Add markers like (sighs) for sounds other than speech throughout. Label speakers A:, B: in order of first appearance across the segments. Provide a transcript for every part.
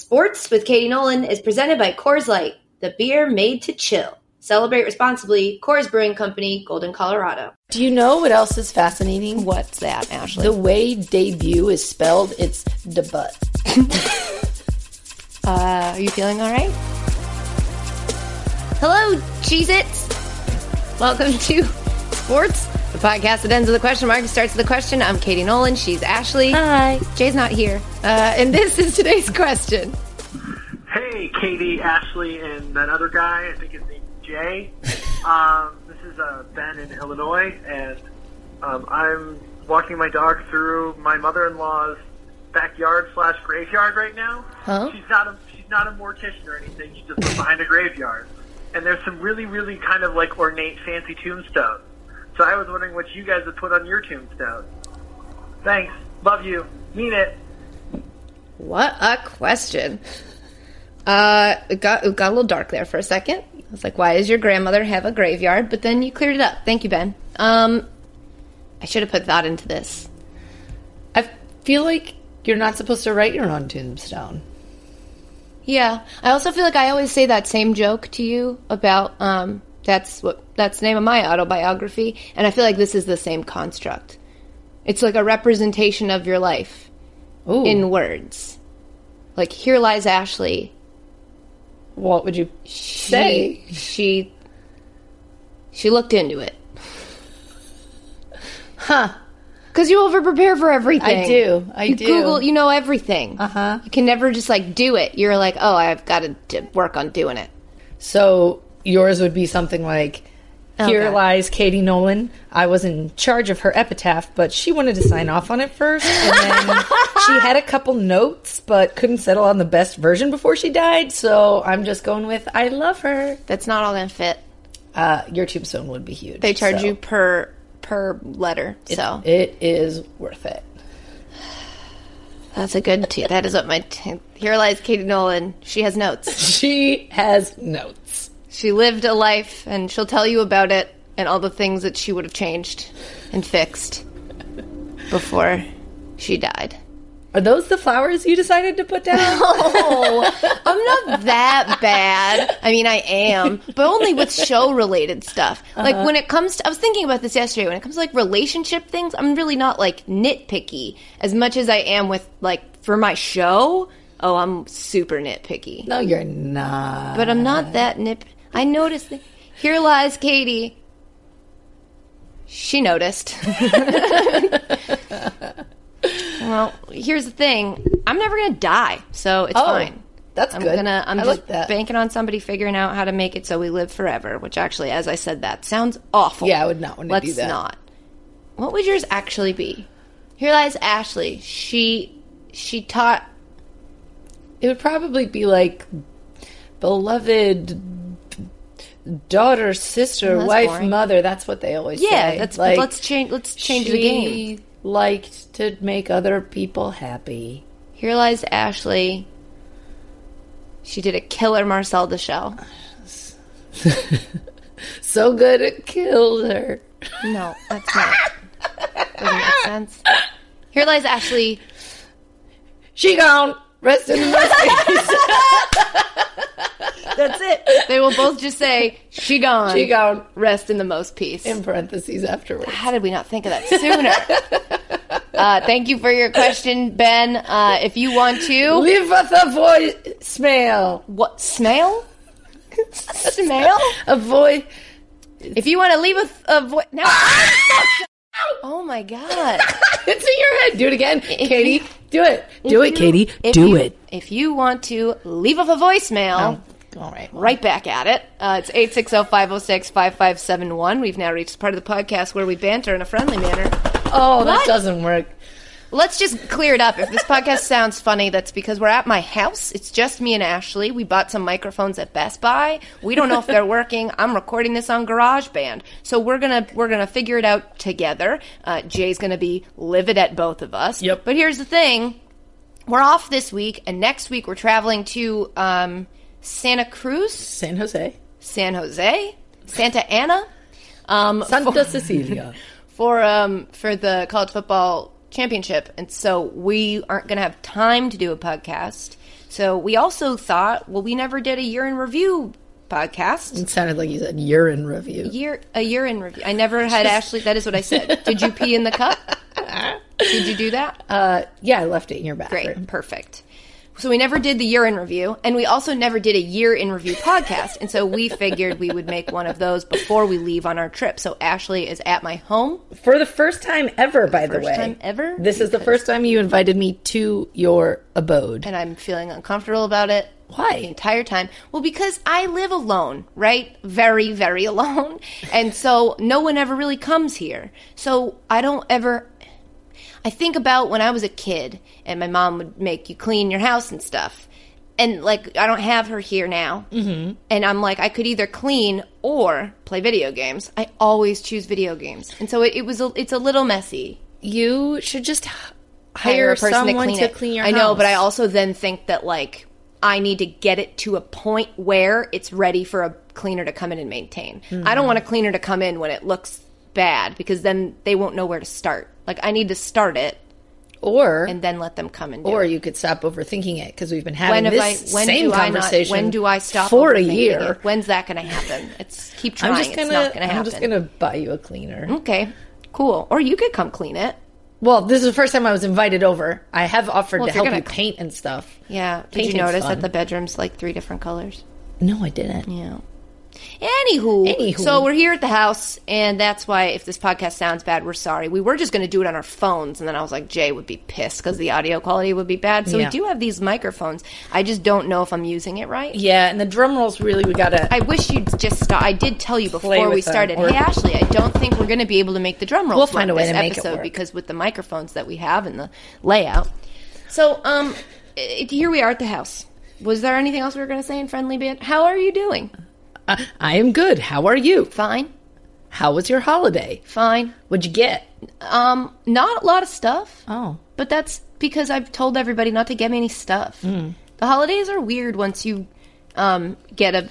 A: Sports with Katie Nolan is presented by Coors Light, the beer made to chill. Celebrate responsibly. Coors Brewing Company, Golden, Colorado.
B: Do you know what else is fascinating?
C: What's that, Ashley?
B: The way debut is spelled, it's the butt.
C: uh, are you feeling all right?
A: Hello, Cheez Its. Welcome to Sports, the podcast that ends with a question mark and starts with a question. I'm Katie Nolan. She's Ashley.
C: Hi.
A: Jay's not here. Uh, and this is today's question.
D: Hey, Katie, Ashley, and that other guy. I think his name's Jay. Um, this is uh, Ben in Illinois, and um, I'm walking my dog through my mother-in-law's backyard slash graveyard right now.
B: Huh?
D: She's not a she's not a mortician or anything. She just lives behind a graveyard, and there's some really really kind of like ornate fancy tombstones. So I was wondering what you guys would put on your tombstone. Thanks, love you, mean it.
A: What a question. Uh, it got it got a little dark there for a second. I was like, "Why does your grandmother have a graveyard?" But then you cleared it up. Thank you, Ben. Um, I should have put thought into this.
B: I feel like you're not supposed to write your own tombstone.
A: Yeah, I also feel like I always say that same joke to you about um, that's what that's the name of my autobiography, and I feel like this is the same construct. It's like a representation of your life
B: Ooh.
A: in words. Like here lies Ashley,
B: what would you say?
A: She, she she looked into it.
B: Huh.
A: Cuz you overprepare for everything.
B: I do. I
A: you
B: do.
A: Google, you know everything.
B: Uh-huh.
A: You can never just like do it. You're like, "Oh, I've got to work on doing it."
B: So yours would be something like Here
A: God.
B: lies Katie Nolan. I was in charge of her epitaph, but she wanted to sign off on it first. And (laughs) then she had a couple notes, but couldn't settle on the best version before she died. So I'm just going with I love her.
A: That's not all going to fit.
B: Uh, your tombstone would be huge.
A: They charge
B: so
A: you per per letter. so
B: It is worth it.
A: that's a good t- that is what my t- Here lies Katie Nolan. She has notes.
B: She has notes.
A: She lived a life and she'll tell you about it and all the things that she would have changed and fixed before she died.
B: Are those the flowers you decided to put down?
A: Oh, I'm not that bad. I mean, I am, but only with show related stuff. Like when it comes to, I was thinking about this yesterday. When it comes to like relationship things, I'm really not like nitpicky as much as I am with like for my show. Oh, I'm super nitpicky,
B: no, you're not.
A: but I'm not that nip. I noticed. That, here lies Katie. She
B: (laughs)
A: noticed. well, here's the thing. I'm never gonna die, so it's
B: Oh,
A: fine.
B: That's
A: I'm
B: good.
A: gonna. I'm
B: I
A: just
B: like that.
A: banking on somebody figuring out how to make it so we live forever. Which actually, as I said, that sounds awful.
B: Yeah, I would not wanna
A: Let's
B: do that.
A: not. What would yours actually be? Here lies Ashley. She she taught.
B: It would probably be like beloved daughter, sister,
A: that's
B: wife,
A: boring.
B: mother. That's what they always
A: Yeah,
B: say.
A: that's.
B: Like,
A: let's change. Let's change the
B: she
A: game.
B: Liked to make other people happy. (laughs)
A: Here lies Ashley. She did a killer Marcel Duchamp.
B: So good it killed her.
A: No, that's not. Doesn't (laughs) make sense. Here lies Ashley.
B: She gone. Rest
A: (laughs)
B: in peace.
A: That's it. They will both just say she gone.
B: she gone.
A: Rest in the most peace.
B: In parentheses afterwards.
A: How did we not think of that sooner? (laughs)
B: (laughs)
A: uh, thank you for your question, Ben. Uh, if you want to,
B: Leave us a voicemail.
A: what smell? Smell?
B: (laughs) A voice.
A: If you want to leave a, a voice, now. (laughs) oh my god!
B: It's in your head. Do
A: (laughs)
B: it again, Katie. Do it. Do it,
A: You-
B: Katie.
A: if
B: Do
A: you-
B: it.
A: If you want to leave off a voicemail,
B: All right.
A: right back at it. Uh, it's 860-506-5571. We've now reached the part of the podcast where we banter in a friendly manner.
B: Oh,
A: What?
B: that doesn't work.
A: Let's just clear it up. If this podcast (laughs) sounds funny, that's because we're at my house. It's just me and Ashley. We bought some microphones at Best Buy. We don't know if they're (laughs) working. I'm recording this on GarageBand, so we're gonna we're gonna figure it out together. Uh, Jay's gonna be livid at both of us.
B: Yep.
A: But here's the thing: we're off this week, and next week we're traveling to um, Santa Cruz,
B: San Jose.
A: San Jose, Santa Ana. Um, (laughs)
B: Santa Cecilia.
A: for um for the college football championship, and so we aren't going to have time to do a podcast. So we also thought, well, we never did a year in review podcast.
B: It sounded like you said urine review.
A: Year a year in review. I never had Ashley. That is what I said. Did you pee in the cup? Did you do that?
B: Uh, yeah, I left it in your bathroom.
A: Great, perfect. So we never did the year in review, and we also never did a year in review (laughs) podcast. And so we figured we would make one of those before we leave on our trip. So Ashley is at my home.
B: For the first time ever, by the
A: first
B: way.
A: time ever?
B: This is the first time you invited me to your abode.
A: and I'm feeling uncomfortable about it.
B: Why?
A: The entire time. Well, because I live alone, right? Very, very (laughs) alone. And so no one ever really comes here. So I don't ever. I think about when I was a kid and my mom would make you clean your house and stuff. And like, I don't have her here now. Mm-hmm. And I'm like, I could either clean or play video games. I always choose video games. And so it, it was, a, it's a little messy
B: you should just h-
A: hire
B: hire,
A: a person
B: someone
A: to clean, it.
B: your
A: I know, but I
B: house.
A: also then think that like I need to get it to a point where it's ready for a cleaner to come in and maintain. I don't want a cleaner to come in when it looks bad because then they won't know where to start. Like I need to start it
B: or
A: and then let them come and do
B: or
A: it.
B: you could stop overthinking it because we've been having
A: When have I?
B: this
A: When
B: same
A: do I not?
B: conversation.
A: When do I stop
B: for a
A: overthinking
B: year?
A: it? When's that going to happen? It's keep trying.
B: I'm just
A: it's
B: gonna.
A: not going to happen.
B: I'm just gonna buy you a cleaner.
A: Okay, cool. Or you could come clean it.
B: Well, this is the first time I was invited over. I have offered
A: Well,
B: to
A: if you're
B: help
A: gonna
B: you
A: cl-
B: paint and stuff.
A: Yeah. Did
B: Painting's
A: you notice
B: fun.
A: that the bedroom's like three different colors?
B: No, I didn't.
A: Yeah. Anywho,
B: Anywho.
A: so we're here at the house, and that's why if this podcast sounds bad, we're sorry. We were just going to do it on our phones, and then I was like, Jay would be pissed because the audio quality would be bad. So
B: Yeah.
A: we do have these microphones. I just don't know if I'm using it right.
B: Yeah, and the drum rolls really we gotta.
A: I wish you'd just stop. I did tell you
B: Play
A: before
B: with
A: we
B: them,
A: started.
B: or-
A: Hey, Ashley, I don't think we're going to be able to make the drum roll.
B: We'll find a way
A: this
B: to make it
A: episode
B: work.
A: because with the microphones that we have and the layout. So, um, it, here we are at the house. Was there anything else we were going to say in friendly bit? How are you doing?
B: I, I am good. How are you?
A: Fine,
B: How was your holiday?
A: fine.
B: What'd you get?
A: Um, not a lot of stuff,
B: Oh,
A: but that's because I've told everybody not to get me any stuff.
B: Mm.
A: The holidays are weird once you um, get a g-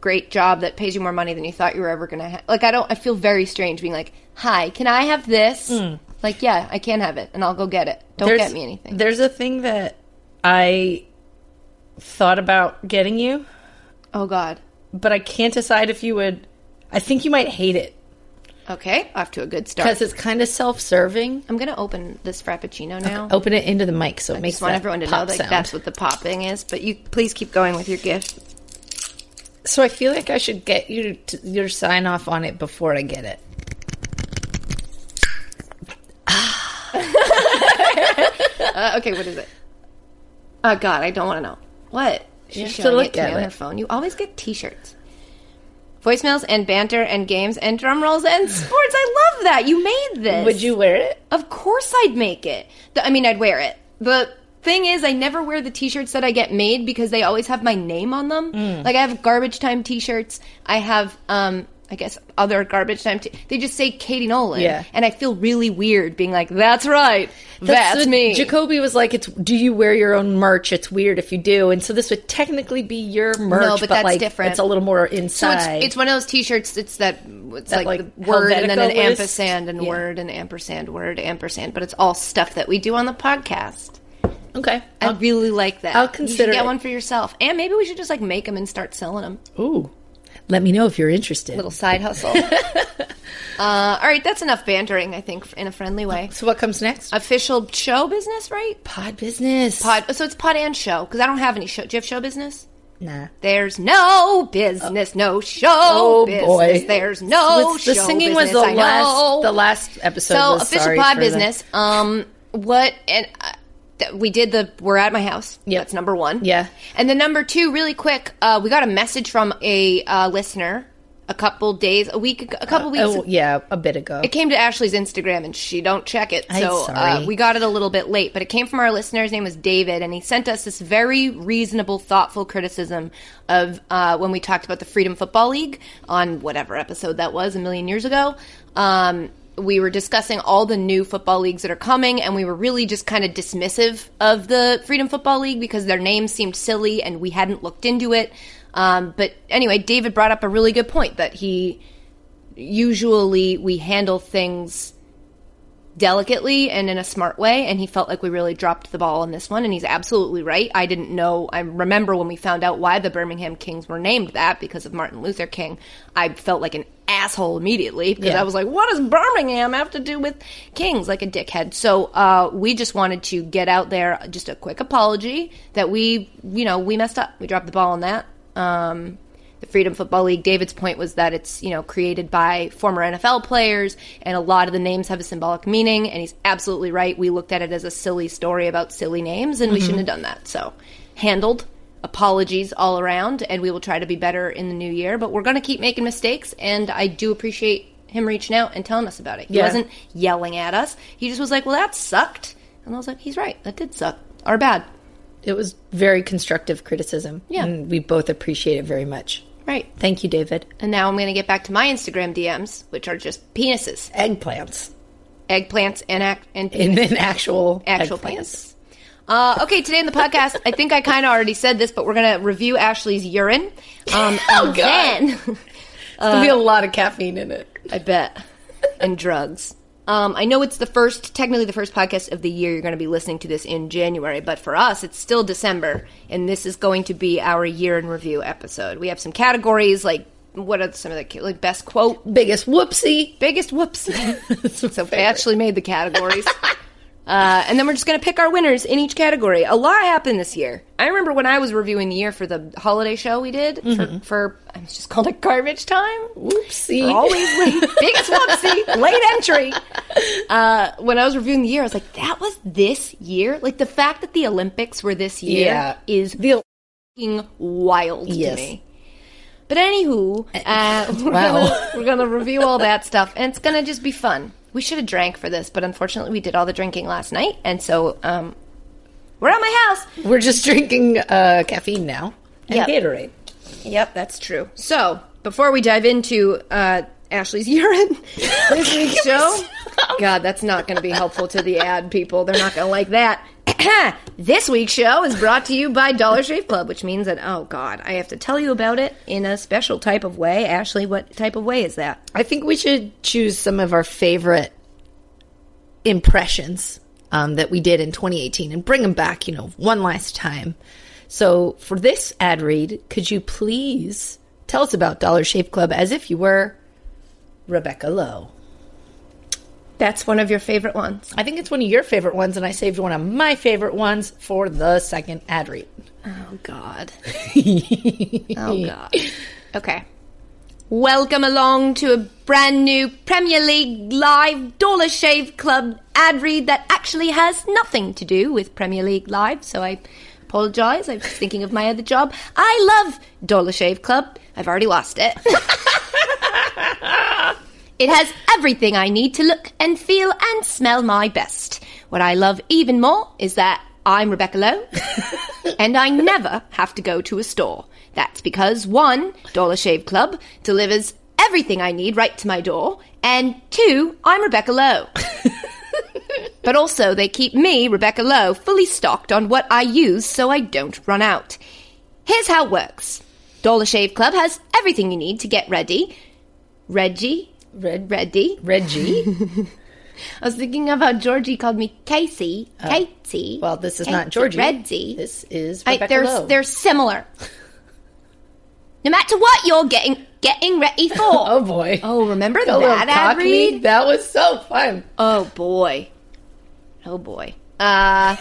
A: great job that pays you more money than you thought you were ever gonna have. Like I don't, I feel very strange being like, "Hi, can I have this?" Like, yeah, I can have it, and I'll go get it. Don't
B: Mm. there's-
A: get me anything.
B: There's a thing that I thought about getting you,
A: oh God.
B: but I can't decide if you would. I think you might hate it
A: Okay, off to a good start.
B: because it's kind of self-serving.
A: I'm gonna open this frappuccino now.
B: Open it into the mic so it
A: I
B: makes
A: just want
B: Oh, that
A: everyone to know
B: pop
A: that
B: sound.
A: that's what the popping is. But you please keep going with your gift.
B: So I feel like I should get you to your sign off on it before I get it.
A: Uh, okay, what is it? Oh God, I don't want to know. What?
B: You
A: She's
B: have to
A: showing
B: look
A: it to
B: at
A: me on
B: it.
A: her phone. You always get T-shirts, voicemails, and banter, and games, and drum rolls,
B: (laughs)
A: and sports. I love that you made this.
B: Would you wear it?
A: Of course, I'd make it. The, I mean, I'd wear it. The thing is, I never wear the T-shirts that I get made because they always have my name on them.
B: Mm.
A: Like I have garbage time T-shirts. I have, um, I guess, other garbage time. T- they just say Katie Nolan.
B: Yeah.
A: and I feel really weird being like, "That's right, that's,
B: what
A: me."
B: Jacoby was like, "It's do you wear your own merch? It's weird if you do." And so this would technically be your merch,
A: but that's
B: like,
A: different.
B: It's a little more
A: So
B: inside.
A: it's, it's one of those T-shirts. It's that it's like,
B: like,
A: the word and then an
B: Helvetica list?
A: ampersand and
B: Yeah.
A: word and ampersand word ampersand, but it's all stuff that we do on the podcast.
B: okay.
A: I really like that.
B: I'll
A: you
B: consider
A: should get
B: it.
A: one for yourself, and maybe we should just like make them and start selling them.
B: Ooh, let me know if you're interested.
A: Little side
B: (laughs)
A: hustle. (laughs) uh, all right, that's enough bantering. I think in a friendly way.
B: so what comes next?
A: Official show business, right?
B: pod business.
A: Pod, so it's pod and show because I don't have any show. Do you have show business?
B: Nah.
A: There's no business, no show
B: Oh
A: business.
B: boy.
A: There's no
B: With- the
A: Oh, show
B: singing was
A: business.
B: the
A: I know.
B: last. The last episode.
A: So
B: was
A: official
B: sorry
A: pod
B: for the-
A: business. Um, what and uh, th- we did the we're at my house.
B: Yep.
A: that's number one.
B: Yeah.
A: and then number two, really quick, uh, we got a message from a uh, listener a couple days, a week, ag- a couple weeks.
B: Oh yeah, a bit ago.
A: It came to Ashley's Instagram and she don't check it,
B: I'm
A: so uh,
B: sorry.
A: we got it a little bit late. But it came from our listener. His name was David, and he sent us this very reasonable, thoughtful criticism of uh, when we talked about the Freedom Football League on whatever episode that was a million years ago. Um, we were discussing all the new football leagues that are coming, and we were really just kind of dismissive of the Freedom Football League because their name seemed silly and we hadn't looked into it. Um, but anyway, David brought up a really good point that he usually we handle things delicately and in a smart way. And he felt like we really dropped the ball on this one. And he's absolutely right. I didn't know. I remember when we found out why the Birmingham Kings were named that because of Martin Luther King. I felt like an asshole immediately because
B: Yeah.
A: I was like, what does Birmingham have to do with Kings? Like a dickhead. So uh, we just wanted to get out there just a quick apology that we, you know, we messed up. We dropped the ball on that. Um, the Freedom Football League. David's point was that it's you know created by former NFL players, and a lot of the names have a symbolic meaning. And he's absolutely right. We looked at it as a silly story about silly names, and we shouldn't have done that. So, handled. Apologies all around, and we will try to be better in the new year. But we're going to keep making mistakes, and I do appreciate him reaching out and telling us about it. He
B: Yeah.
A: wasn't yelling at us. He just was like, "Well, that sucked," and I was like, "He's right. That did suck. Our bad."
B: It was very constructive criticism.
A: Yeah.
B: And we both appreciate it very much.
A: Right.
B: Thank you, David.
A: And now I'm going to get back to my Instagram DMs, which are just penises.
B: Eggplants.
A: eggplants and ac- and
B: In an actual
A: actual
B: eggplants.
A: plants. Uh, okay, today in the podcast, I think I kind of already said this, but we're gonna review Ashley's urine. Um,
B: (laughs) Oh,
A: and
B: God.
A: then
B: There'll be a lot of caffeine in it.
A: (laughs) I bet and drugs. Um, I know it's the first, technically the first podcast of the year. You're going to be listening to this in January, but for us, it's still December, and this is going to be our year in review episode. We have some categories like what are some of the ca- like best quote, (laughs)
B: Biggest whoopsie.
A: biggest whoops.
B: so
A: I actually made the categories. uh, and then we're just going to pick our winners in each category. A lot happened this year. I remember when I was reviewing the year for the holiday show we did for, for I was just called it garbage time.
B: whoopsie.
A: Always late,
B: (laughs)
A: biggest whoopsie, late entry. Uh, when I was reviewing the year, I was like, "That was this year." Like the fact that the Olympics were this year
B: Yeah.
A: is
B: The-
A: fucking wild
B: Yes.
A: to me. But
B: (laughs)
A: anywho, uh, we're,
B: Wow.
A: gonna, (laughs) we're gonna review all that stuff, and it's gonna just be fun. We should have drank for this, but unfortunately, we did all the drinking last night, and so um, we're at my house.
B: We're just drinking uh, caffeine now and
A: Yep.
B: Gatorade.
A: Yep, that's true. So before we dive into uh, Ashley's (laughs) urine this (laughs) week's show, God, that's not gonna be helpful to the ad people. They're not gonna like that. (clears throat) this week's show is brought to you by Dollar Shave Club, which means that oh God, I have to tell you about it in a special type of way. Ashley, what type of way is that?
B: I think we should choose some of our favorite impressions um, that we did in 2018 and bring them back, you know, one last time. So for this ad read, could you please tell us about Dollar Shave Club as if you were Rebecca Lowe?
A: That's one of your favorite ones.
B: I think it's one of your favorite ones, and I saved one of my favorite ones for the second ad read.
A: Oh God. (laughs) oh God. Okay. Welcome along to a brand new Premier League Live Dollar Shave Club ad read that actually has nothing to do with Premier League Live, so I apologise. I was thinking of my other job. I love Dollar Shave Club. I've already lost it. It has everything I need to look and feel and smell my best. What I love even more is that I'm Rebecca Lowe and I never have to go to a store. That's because one, Dollar Shave Club delivers everything I need right to my door, and two, I'm Rebecca Lowe. But also, they keep me, Rebecca Lowe, fully stocked on what I use so I don't run out. Here's how it works Dollar Shave Club has everything you need to get ready. Reggie.
B: Red-
A: Ready.
B: Reggie?
A: I was thinking of how Georgie called me Casey. Katie.
B: Well, this is
A: Katie,
B: not Georgie.
A: Reggie.
B: This is
A: I-
B: Rebecca
A: they're,
B: Lowe.
A: they're similar. No matter what you're getting getting ready for.
B: oh, boy.
A: (laughs) Oh, remember
B: A little
A: that ad
B: cockney?
A: read?
B: That was so fun.
A: Oh boy. Oh boy. Uh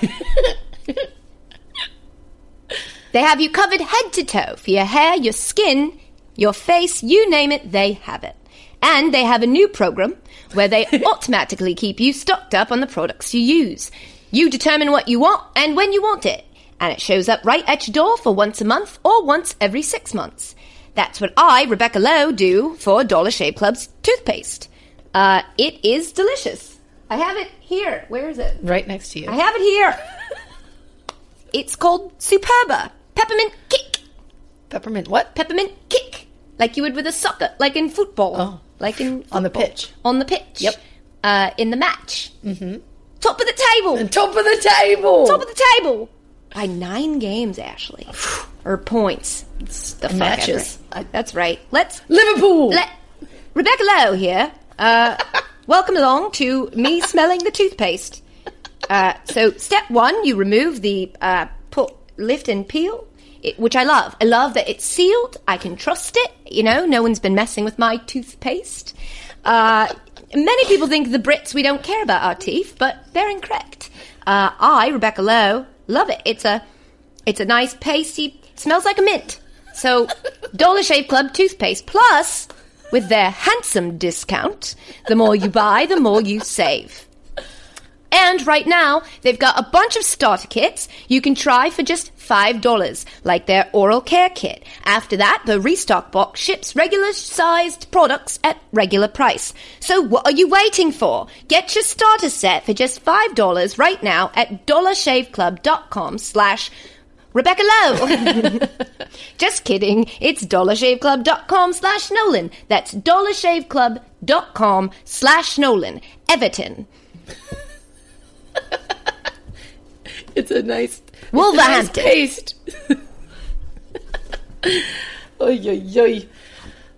A: They have you covered head to toe for your hair, your skin, your face, you name it, they have it. And they have a new program where they automatically keep you stocked up on the products you use. You determine what you want and when you want it, and it shows up right at your door for once a month or once every 6 months. That's what I, Rebecca Lowe, do for Dollar Shave Club's toothpaste. Uh, it is delicious. I have it here. Where is it?
B: Right next to you.
A: I have it here. it's called Superba Peppermint Kick.
B: Peppermint. What?
A: Peppermint Kick, like you would with a soccer, like in football,
B: Oh.
A: like in
B: On the
A: football.
B: pitch.
A: on the pitch.
B: Yep.
A: Uh, in the match. Mm-hmm. Top of the table.
B: Top of the table.
A: Top of the table. By nine games, Ashley, or points. It's the fuck
B: matches.
A: ever. That's right. Let's
B: Liverpool.
A: let Rebecca Lowe here. Uh, (laughs) Welcome along to me smelling the toothpaste. Uh, so, step one, you remove the uh, put, lift and peel, it, which I love. I love that it's sealed. I can trust it. You know, no one's been messing with my toothpaste. Uh, many people think the Brits, we don't care about our teeth, but they're incorrect. Uh, I, Rebecca Lowe, love it. It's a, it's a nice pasty, smells like a mint. So, Dollar Shave Club toothpaste. Plus, with their handsome discount, the more you buy, the more you save. And right now, they've got a bunch of starter kits you can try for just $5, like their oral care kit. After that, the restock box ships regular sized products at regular price. So what are you waiting for? Get your starter set for just $5 right now at dollarshaveclub.com slash Rebecca Lowe. Just kidding. It's dollarshaveclub.com slash Nolan. That's dollarshaveclub.com slash Nolan. Everton.
B: It's a nice
A: Wolverhampton.
B: paste. (laughs) oy, oy, oy.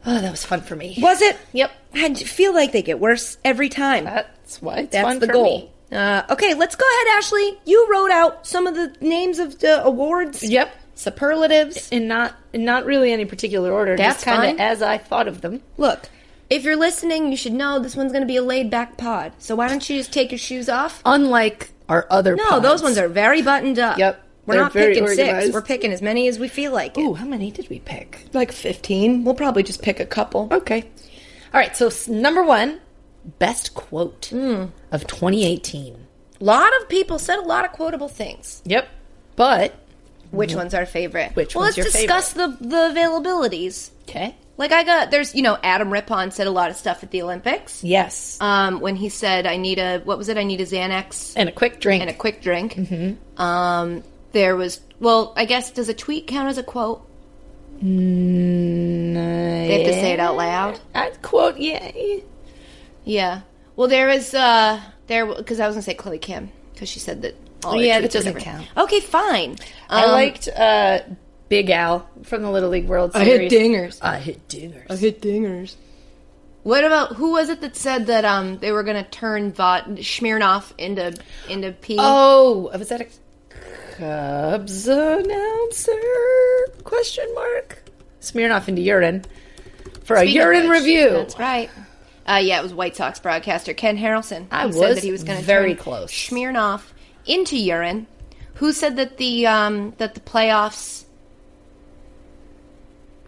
B: Oh, that was fun for me.
A: Was it? Yep. I j- feel like they get worse every time.
B: That's why it's
A: That's
B: fun
A: the
B: for
A: goal.
B: me.
A: Uh, okay, let's go ahead, Ashley. You wrote out some of the names of the awards.
B: Yep.
A: Superlatives.
B: In not in not really any particular order.
A: That's
B: just kind
A: fine.
B: of as I thought of them.
A: Look, if you're listening, you should know this one's going to be a laid back pod. So why don't you just take your shoes off?
B: Unlike our other
A: No, those ones are very buttoned up.
B: Yep.
A: We're
B: They're
A: not
B: very
A: picking six.
B: organized.
A: We're picking as many as we feel like it.
B: Ooh, how many did we pick?
C: Like 15. We'll probably just pick a couple.
B: Okay. All right. So s- number one, best quote of 2018.
A: A lot of people said a lot of quotable things.
B: Yep. But
A: Mm-hmm. Which one's our favorite?
B: Which
A: well,
B: one's
A: let's
B: your
A: discuss the the availabilities.
B: okay.
A: Like I got there's you know Adam Rippon said a lot of stuff at the Olympics.
B: Yes.
A: Um, when he said I need a what was it? I need a Xanax
B: and a quick drink.
A: and a quick drink.
B: Mm-hmm.
A: Um, there was well, I guess does a tweet count as a quote? They have to say it out loud.
B: I'd quote, yeah.
A: Yeah. Well, there is uh there because I was gonna say Chloe Kim because she said that. All her
B: Yeah,
A: tweets
B: that
A: or
B: doesn't
A: whatever.
B: count.
A: Okay, fine.
B: I
A: Um,
B: liked uh, Big Al from the Little League World Series.
C: dingers.
B: I hit dingers.
C: hit dingers.
A: What about who was it that said that um they were gonna turn Vot Smirnoff into into pee?
B: Oh, was that a Cubs announcer? Question mark. Smirnoff into urine for a
A: Speaking of which,
B: urine Oh, review.
A: That's right. Uh, yeah, it was White Sox broadcaster Ken Harrelson.
B: I
A: who
B: was
A: said that he was going to
B: very
A: turn
B: close.
A: Smirnoff into urine. Who said that the um, that the playoffs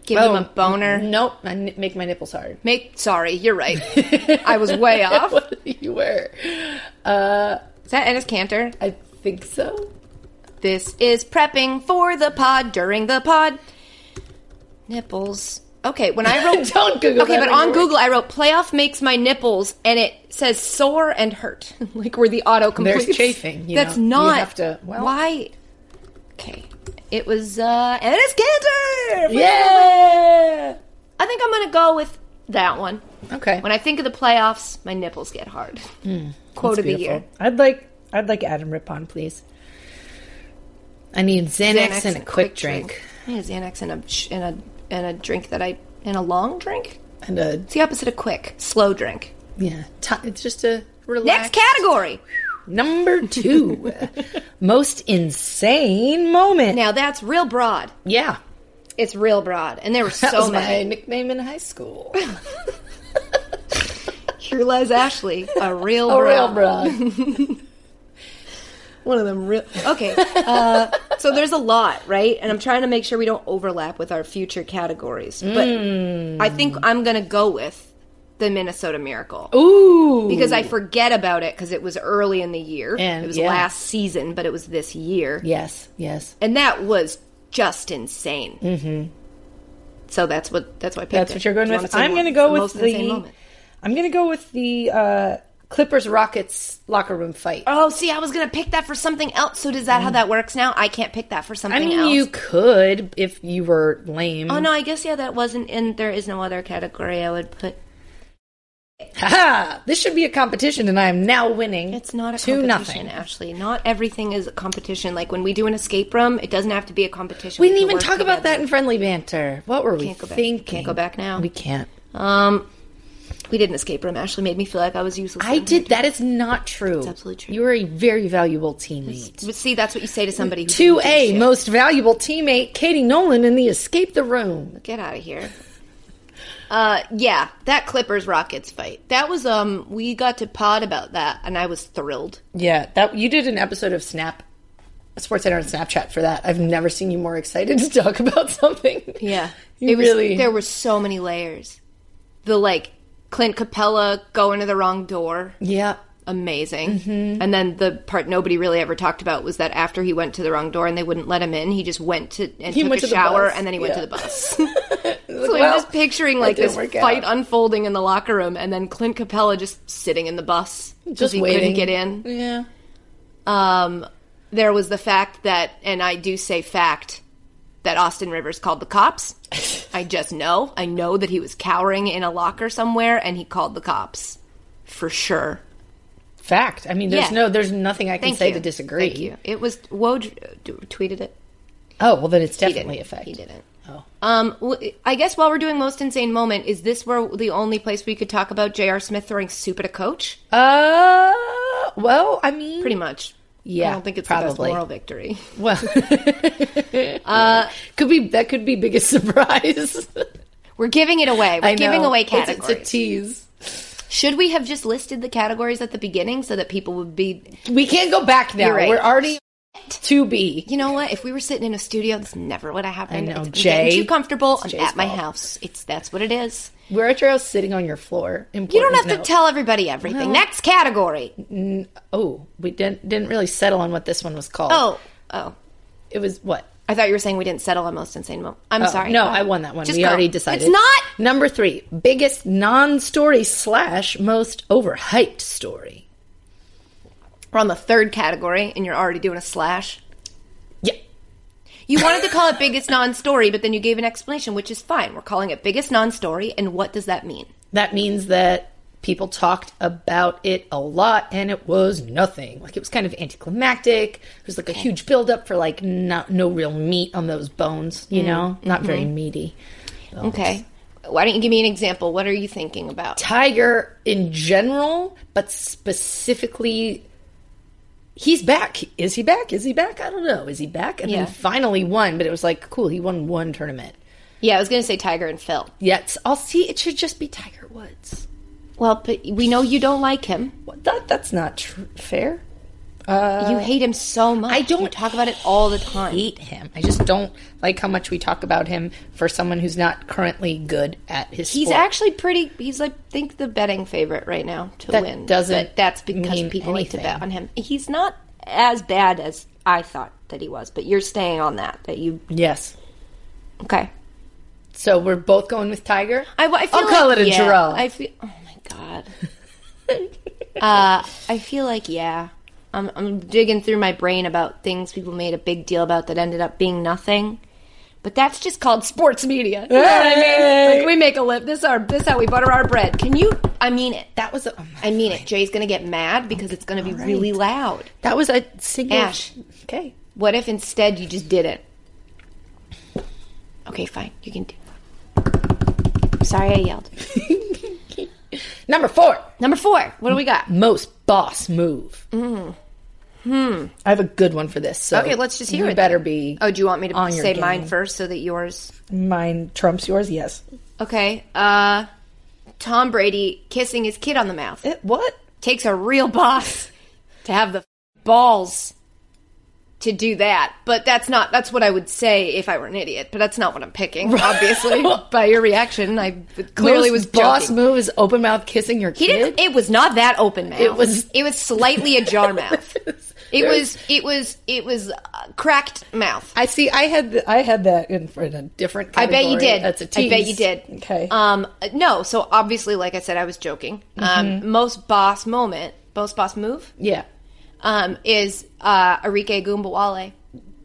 A: give him a boner?
B: Nope, I Oh, n- make my nipples hard.
A: Make sorry, you're
B: (laughs)
A: right. I was way off.
B: What you were? Uh,
A: Is that Ennis Cantor?
B: I think so. (laughs)
A: This is prepping for the pod during the pod. Nipples. Okay, when I wrote
B: Don't Google.
A: Okay,
B: that
A: but
B: when
A: on
B: you're-
A: Google, I wrote playoff makes my nipples, and it says sore and hurt, (laughs) like where the auto completes.
B: There's chafing, you
A: That's
B: know. You
A: not.
B: have to- well-
A: why? Okay, it was uh, Ennis Cantor.
B: Yeah.
A: I think I'm gonna go with that one.
B: Okay.
A: When I think of the playoffs, my nipples get hard.
B: Hmm.
A: (laughs) Quote of the year.
B: I'd like I'd like Adam Rippon, please. I need Xanax, and a quick drink.
A: I need a Xanax and a sh- and a and a drink that I and a long drink.
B: and a
A: It's the opposite of quick, slow drink.
B: yeah. T- it's just a relax.
A: Next category.
B: Number two, most insane moment.
A: Now that's real broad.
B: yeah,
A: It's real broad, and there (laughs) were
B: that
A: so
B: was
A: many.
B: my nickname in high
A: (laughs)
B: school.
A: True Lies Ashley, a real
B: (laughs) a
A: bra.
B: real broad.
C: One of them real.
B: (laughs)
A: Okay, uh, so there's a lot, right? And I'm trying to make sure we don't overlap with our future categories. But I
B: Mm.
A: think I'm going to go with the Minnesota Miracle
B: Ooh,
A: because I forget about it because it was early in the year.
B: And-
A: it was
B: yeah.
A: last season, but it was this year,
B: yes, yes.
A: and that was just insane. Mm-hmm. So that's what that's why I picked.
B: That's
A: it.
B: what you're going
A: Do you wanna
B: with.
A: say
B: I'm
A: what-
B: going to go with
A: most insane
B: the.
A: moment?
B: I'm going to go with the uh, Clippers Rockets locker room fight.
A: Oh, see, I was gonna pick that for something else. So does that how that works now? I can't pick that for something
B: Mm. I mean,
A: else.
B: you could if you were lame.
A: Oh no, I guess yeah, that wasn't in. There is no other category I would put.
B: (laughs) Ha! This should be a competition, and I am now winning.
A: It's not a
B: two
A: competition,
B: nothing.
A: Ashley. Not everything is a competition. Like when we do an escape room, it doesn't have to be a competition.
B: We didn't
A: can
B: even
A: work
B: talk about
A: together.
B: that in friendly banter. What were we
A: Can't go back-
B: thinking?
A: can't go back now.
B: We can't.
A: Um, We did an escape room. Ashley made me feel like I was useless.
B: I did. That is not true. That's
A: absolutely true.
B: You are a very valuable teammate.
A: But see, that's what you say to somebody. who
B: Two
A: didn't do
B: A
A: shit.
B: most valuable teammate Katie Nolan in the Escape the Room.
A: Get out of here. Uh, yeah, that Clippers Rockets fight. That was um, we got to pod about that, and I was thrilled.
B: Yeah, that you did an episode of Snap. Sports Center on Snapchat for that. I've never seen you more excited (laughs) to talk about something.
A: Yeah,
B: You
A: it was,
B: really-
A: There were so many layers. The like Clint Capella going to the wrong door,
B: Yeah.
A: amazing.
B: Mm-hmm.
A: And then the part nobody really ever talked about was that after he went to the wrong door and they wouldn't let him in, he just went to and
B: He
A: took
B: went
A: a
B: to the
A: shower
B: bus.
A: and then he went to
B: Yeah.
A: the
B: (laughs)
A: bus. (laughs) (laughs) So
B: Well,
A: I'm just picturing
B: that
A: like
B: didn't
A: this
B: work
A: fight
B: out.
A: unfolding in the locker room, and then Clint Capella just sitting in the bus because
B: Just
A: he couldn't
B: waiting.
A: get in.
B: Yeah.
A: Um, there was the fact that, and I do say fact, that Austin Rivers called the cops.
B: (laughs)
A: I just know. I know that he was cowering in a locker somewhere, and he called the cops for sure.
B: Fact. I mean, there's
A: Yeah.
B: no, there's nothing I can
A: Thank
B: say
A: you.
B: to disagree.
A: Thank you. It was Woj uh, d- tweeted it.
B: Oh well, then it's
A: He
B: definitely a
A: didn't.
B: fact.
A: He didn't.
B: Oh.
A: Um, w- I guess while we're doing most insane moment, is this where the only place we could talk about J.R. Smith throwing soup at a coach?
B: Uh, well, I mean,
A: Pretty much.
B: Yeah,
A: I don't think it's the best
B: probably.
A: moral victory. (laughs)
B: well.
A: Uh,
B: (laughs) could be that could be biggest (laughs) surprise.
A: We're giving it away. We're
B: I know.
A: giving away
B: It's- it's a
A: categories.
B: tease.
A: Should we have just listed the categories at the beginning so that people would be?
B: We can't go back now.
A: You're right.
B: We're already to be.
A: You know what? If we were sitting in a studio, this never would have happened.
B: I know,
A: It's- I'm
B: Jay.
A: getting too comfortable.
B: It's
A: I'm
B: Jay's
A: at my
B: fault.
A: house. It's that's what it is.
B: We're at your house, sitting on your floor.
A: You don't have
B: Important
A: to
B: note.
A: tell everybody everything. Next category.
B: Oh, we didn't didn't really settle on what this one was called.
A: Oh, oh.
B: it was what?
A: I thought you were saying we didn't settle on most insane moment. I'm
B: Oh,
A: sorry.
B: No,
A: Go ahead.
B: I won that one.
A: Just
B: we
A: go.
B: already decided.
A: It's not.
B: number three. Biggest non-story slash most overhyped story.
A: We're on the third category, and you're already doing a slash.
B: Yeah.
A: You wanted to call it biggest non-story, but then you gave an explanation, which is fine. We're calling it biggest non-story, and what does that mean?
B: That means that people talked about it a lot and it was nothing. Like it was kind of anticlimactic. There was like a huge buildup for like not no real meat on those bones, you know? Not very meaty.
A: Mm-hmm. Okay. Why don't you give me an example? What are you thinking about?
B: Tiger in general, but specifically he's back. Is he back? Is he back? I don't know. Is he back? And
A: Yeah.
B: then finally won, but it was like cool, he won one tournament.
A: Yeah, I was going to say Tiger and Phil.
B: Yes, I'll see it should just be Tiger Woods.
A: Well, but we know you don't like him.
B: What that that's not tr- fair.
A: you hate him so much.
B: I don't
A: You talk about it all the time.
B: hate him. I just don't like how much we talk about him for someone who's not currently good at his.
A: He's
B: sport.
A: actually pretty. He's, I think, the betting favorite right now to
B: That
A: win.
B: doesn't
A: But that's because
B: mean
A: people like to
B: anything.
A: bet on him. He's not as bad as I thought that he was. But you're staying on that. That you
B: yes.
A: okay?
B: So we're both going with Tiger.
A: (laughs) I, I feel
B: I'll call
A: like-
B: it a
A: yeah,
B: draw.
A: I feel. Oh my god. uh, I feel like yeah. I'm I'm digging through my brain about things people made a big deal about that ended up being nothing. But that's just called sports media. You know what I mean?
B: Hey!
A: Like we make a lip. This our this how we butter our bread. Can you? I mean it.
B: that was a, oh my-
A: I mean it. Jay's gonna get mad because it's gonna be really loud.
B: that was a signal.
A: Ash.
B: Okay. (laughs)
A: What if instead you just did it? Okay, fine. You can do. Sorry, I yelled.
B: Number four,
A: Number four. What do we got?
B: most boss move. Hmm. I have a good one for this. So
A: Mm-hmm. Hmm. Okay, let's just hear
B: you
A: it
B: Better
A: then.
B: be.
A: Oh, do you want me to
B: on your
A: say
B: game.
A: mine first so that yours?
B: Mine trumps yours. Yes.
A: Okay. Uh, Tom Brady kissing his kid on the mouth
B: Eh, what?
A: takes a real boss (laughs) to have the balls to do that. But that's not. That's what I would say if I were an idiot. But that's not what I'm
B: (laughs)
A: picking. Obviously, by your reaction, I clearly was
B: Most boss
A: joking.
B: move is open mouth kissing your
A: He
B: kid.
A: didn't. It was not that open mouth.
B: It was-
A: It was slightly
B: (laughs)
A: ajar mouth. (laughs) It
B: There's-
A: was. It was. It was uh, cracked mouth.
B: I see. I had th- I had that in, in a different.
A: I
B: Category.
A: bet you did.
B: That's a
A: I
B: tease.
A: bet you did.
B: Okay.
A: Um, no, so obviously, like I said, I was joking.
B: Mm-hmm.
A: Um, most boss moment, most boss move,
B: yeah.
A: um, is uh, Arike Gumbawale.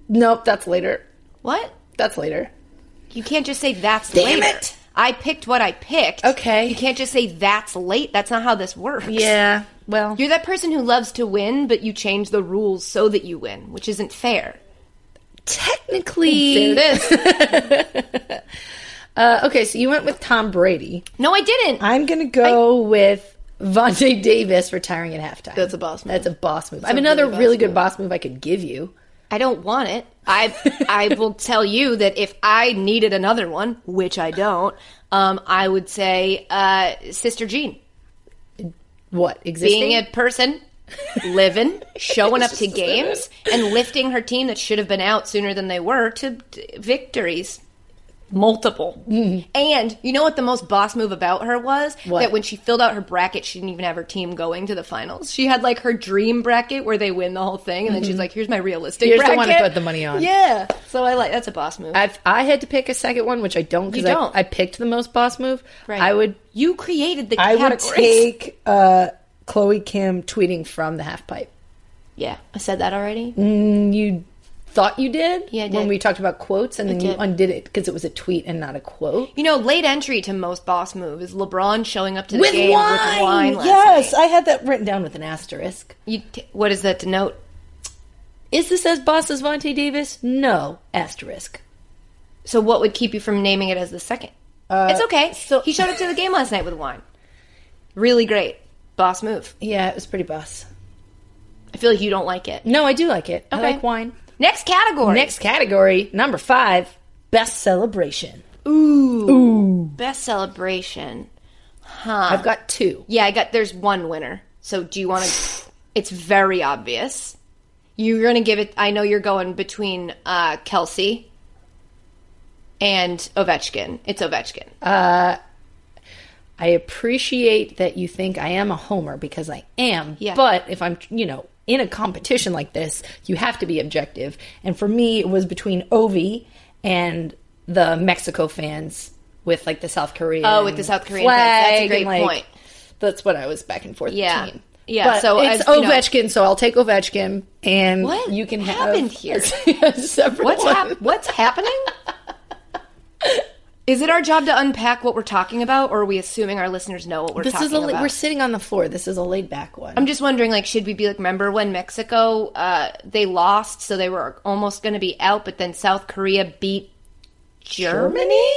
B: Nope. That's later.
A: What?
B: That's later.
A: You can't just say that's
B: Damn
A: later.
B: it.
A: I picked what I picked.
B: Okay.
A: You can't just say that's late. That's not how this works.
B: Yeah. Well,
A: You're that person who loves to win, but you change the rules so that you win, which isn't fair.
B: (laughs) technically
A: There it is.
B: Uh, okay, so you went with Tom Brady.
A: No, I didn't.
B: I'm gonna go with Vontae Davis retiring at halftime.
A: That's a boss move.
B: That's a boss move. I have another
A: really
B: really,
A: boss
B: good
A: move.
B: boss move I could give you.
A: I don't want it. I I will tell you that if I needed another one, which I don't, um, I would say uh, Sister Jean.
B: What existing?
A: being a person
B: (laughs)
A: living showing up to games and lifting her team that should have been out sooner than they were to d- victories multiple and you know what the most boss move about her was
B: What?
A: that when she filled out her bracket she didn't even have her team going to the finals she had like her dream bracket where they win the whole thing and then she's like here's my realistic
B: Mm-hmm. Here's the
A: bracket
B: one I put the money on.
A: yeah so i like that's a boss move
B: If I had to pick a second one, which I don't, because
A: You don't.
B: I, I picked the most boss move. I would.
A: you created the
B: I would
A: categories
B: take uh, Chloe Kim tweeting from the half pipe. Mm,
A: yeah i said that already
B: You thought you did?
A: Yeah, I
B: When
A: did.
B: we talked about quotes, and then you
A: did.
B: undid it because it was a tweet and not a quote.
A: You know, late entry to most boss move is LeBron showing up to the
B: With
A: game with
B: wine!
A: wine. Last
B: yes,
A: night.
B: I had that written down with an asterisk.
A: You t- what does that denote?
B: Is this as boss as Vontae Davis? No, asterisk.
A: So, what would keep you from naming it as the second? it's okay.
B: Uh, so-
A: he showed up to the game last night with wine. Really great boss move.
B: Yeah, it was pretty boss.
A: I feel like you don't like it.
B: No, I do like it. I
A: Okay.
B: like wine.
A: Next category.
B: Next category, number five, best celebration.
A: best celebration. Ah.
B: I've got two.
A: Yeah, I got. There's one winner. So, do you
B: (sighs)
A: want to? it's very obvious. You're gonna give it. I know you're going between uh, Kelsey and Ovechkin. It's Ovechkin.
B: I appreciate that you think I am a homer because I am.
A: Yeah.
B: But if I'm, you know, in a competition like this, you have to be objective. And for me, it was between Ovi and the Mexico fans with like the South Korean.
A: Oh, with the South Korean fans. That's a
B: flag
A: great
B: and, like,
A: point.
B: That's what I was back and forth
A: Yeah.
B: between.
A: Yeah,
B: But
A: so
B: it's
A: as, you know-
B: Ovechkin, so I'll take Ovechkin, and
A: What
B: you can have (laughs)
A: happened here?
B: a separate
A: What's
B: one.
A: hap- what's happening? Is it our job to unpack what we're talking about, or are we assuming our listeners know what we're
B: This
A: talking
B: is a
A: about?
B: we're sitting on the floor. This is a laid back one.
A: I'm just wondering, like, should we be like, remember when Mexico uh, they lost, so they were almost going to be out, but then South Korea beat Germany?